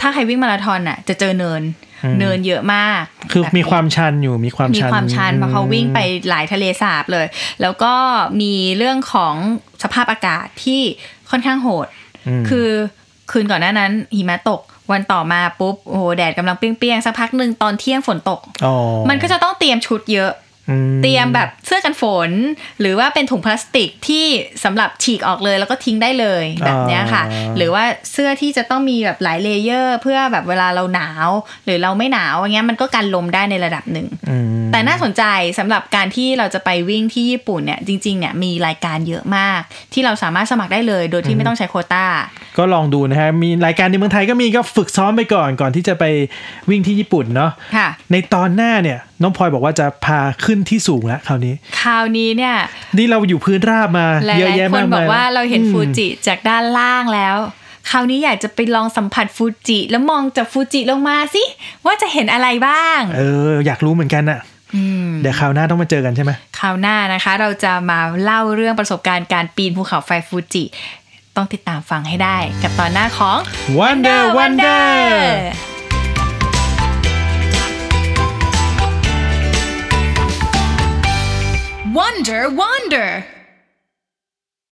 Speaker 1: ถ้าใครวิ่งมาราธอนน่ะ จะเจอเนิน
Speaker 2: อืม
Speaker 1: เนินเยอะมาก
Speaker 2: คือ
Speaker 1: แบบนี้
Speaker 2: มีความชันอยู่มีความ
Speaker 1: มี
Speaker 2: ชัน
Speaker 1: ความชันเพราะเขาวิ่งไปหลายทะเลสาบเลย แล้วก็มีเรื่องของสภาพอากาศที่ค่อนข้างโหด
Speaker 2: ม
Speaker 1: คือคืนก่อนหน้านั้น หิมะตกวันต่อมาปุ๊บโอ้โหแดดกำลังเปรี้ยงๆสักพักหนึ่งตอนเที่ยงฝนตก
Speaker 2: อ๋อ
Speaker 1: มันก็จะต้องเตรียมชุดเยอะ
Speaker 2: อื
Speaker 1: เตรียมแบบเสื้อกันฝน หรือว่าเป็นถุงพลาสติกที่สำหรับฉีกออกเลยแล้วก็ทิ้งได้เลยแบบเนี้ยค่ะ หรือว่าเสื้อที่จะต้องมีแบบหลายเลเยอร์ เพื่อแบบเวลาเราหนาว หรือเราไม่หนาวอย่างเงี้ยมันก็กันลมได้ในระดับหนึ่ง
Speaker 2: อืม
Speaker 1: แต่น่าสนใจสำหรับการที่เราจะไปวิ่งที่ญี่ปุ่นเนี่ยจริงๆเนี่ยมีรายการเยอะมาก ที่เราสามารถสมัครได้เลย โดยที่ไม่ต้องใช้โควต้า
Speaker 2: ก็ลองดูนะฮะ มีรายการในเมืองไทยก็มีก็ฝึกซ้อมไปก่อนก่อนที่จะไปวิ่งที่ญี่ปุ่นเนาะ
Speaker 1: ค่ะ
Speaker 2: ในตอนหน้าเนี่ย น้องพลอยบอกว่าจะพาขึ้นที่สูงแล้วคราวนี้
Speaker 1: คราวนี้เนี่ย
Speaker 2: นี่เราอยู่พื้นราบมา
Speaker 1: หลา
Speaker 2: เยอะ
Speaker 1: ย
Speaker 2: แยะ
Speaker 1: ๆค
Speaker 2: มาน
Speaker 1: บ
Speaker 2: กมา
Speaker 1: อยกว่าเราเห็น
Speaker 2: อืม
Speaker 1: ฟูจิจากด้านล่างแล้ว คราวนี้อยากจะไปลองสัมผัสฟูจิ แล้วมองจากฟูจิลงมาสิว่าจะเห็นอะไรบ้าง
Speaker 2: เออ อยากรู้เหมือนกันน่ะ
Speaker 1: ม
Speaker 2: เดี๋ยวคราวหน้าต้องมาเจอกันใช่ไหม
Speaker 1: คราวหน้านะคะเราจะมาเล่าเรื่องประสบการณ์การปีนภูเขาไฟฟูจิ ต้องติดตามฟังให้ได้ กับตอนหน้าของ
Speaker 2: Wonder Wonder
Speaker 1: Wonder Wonder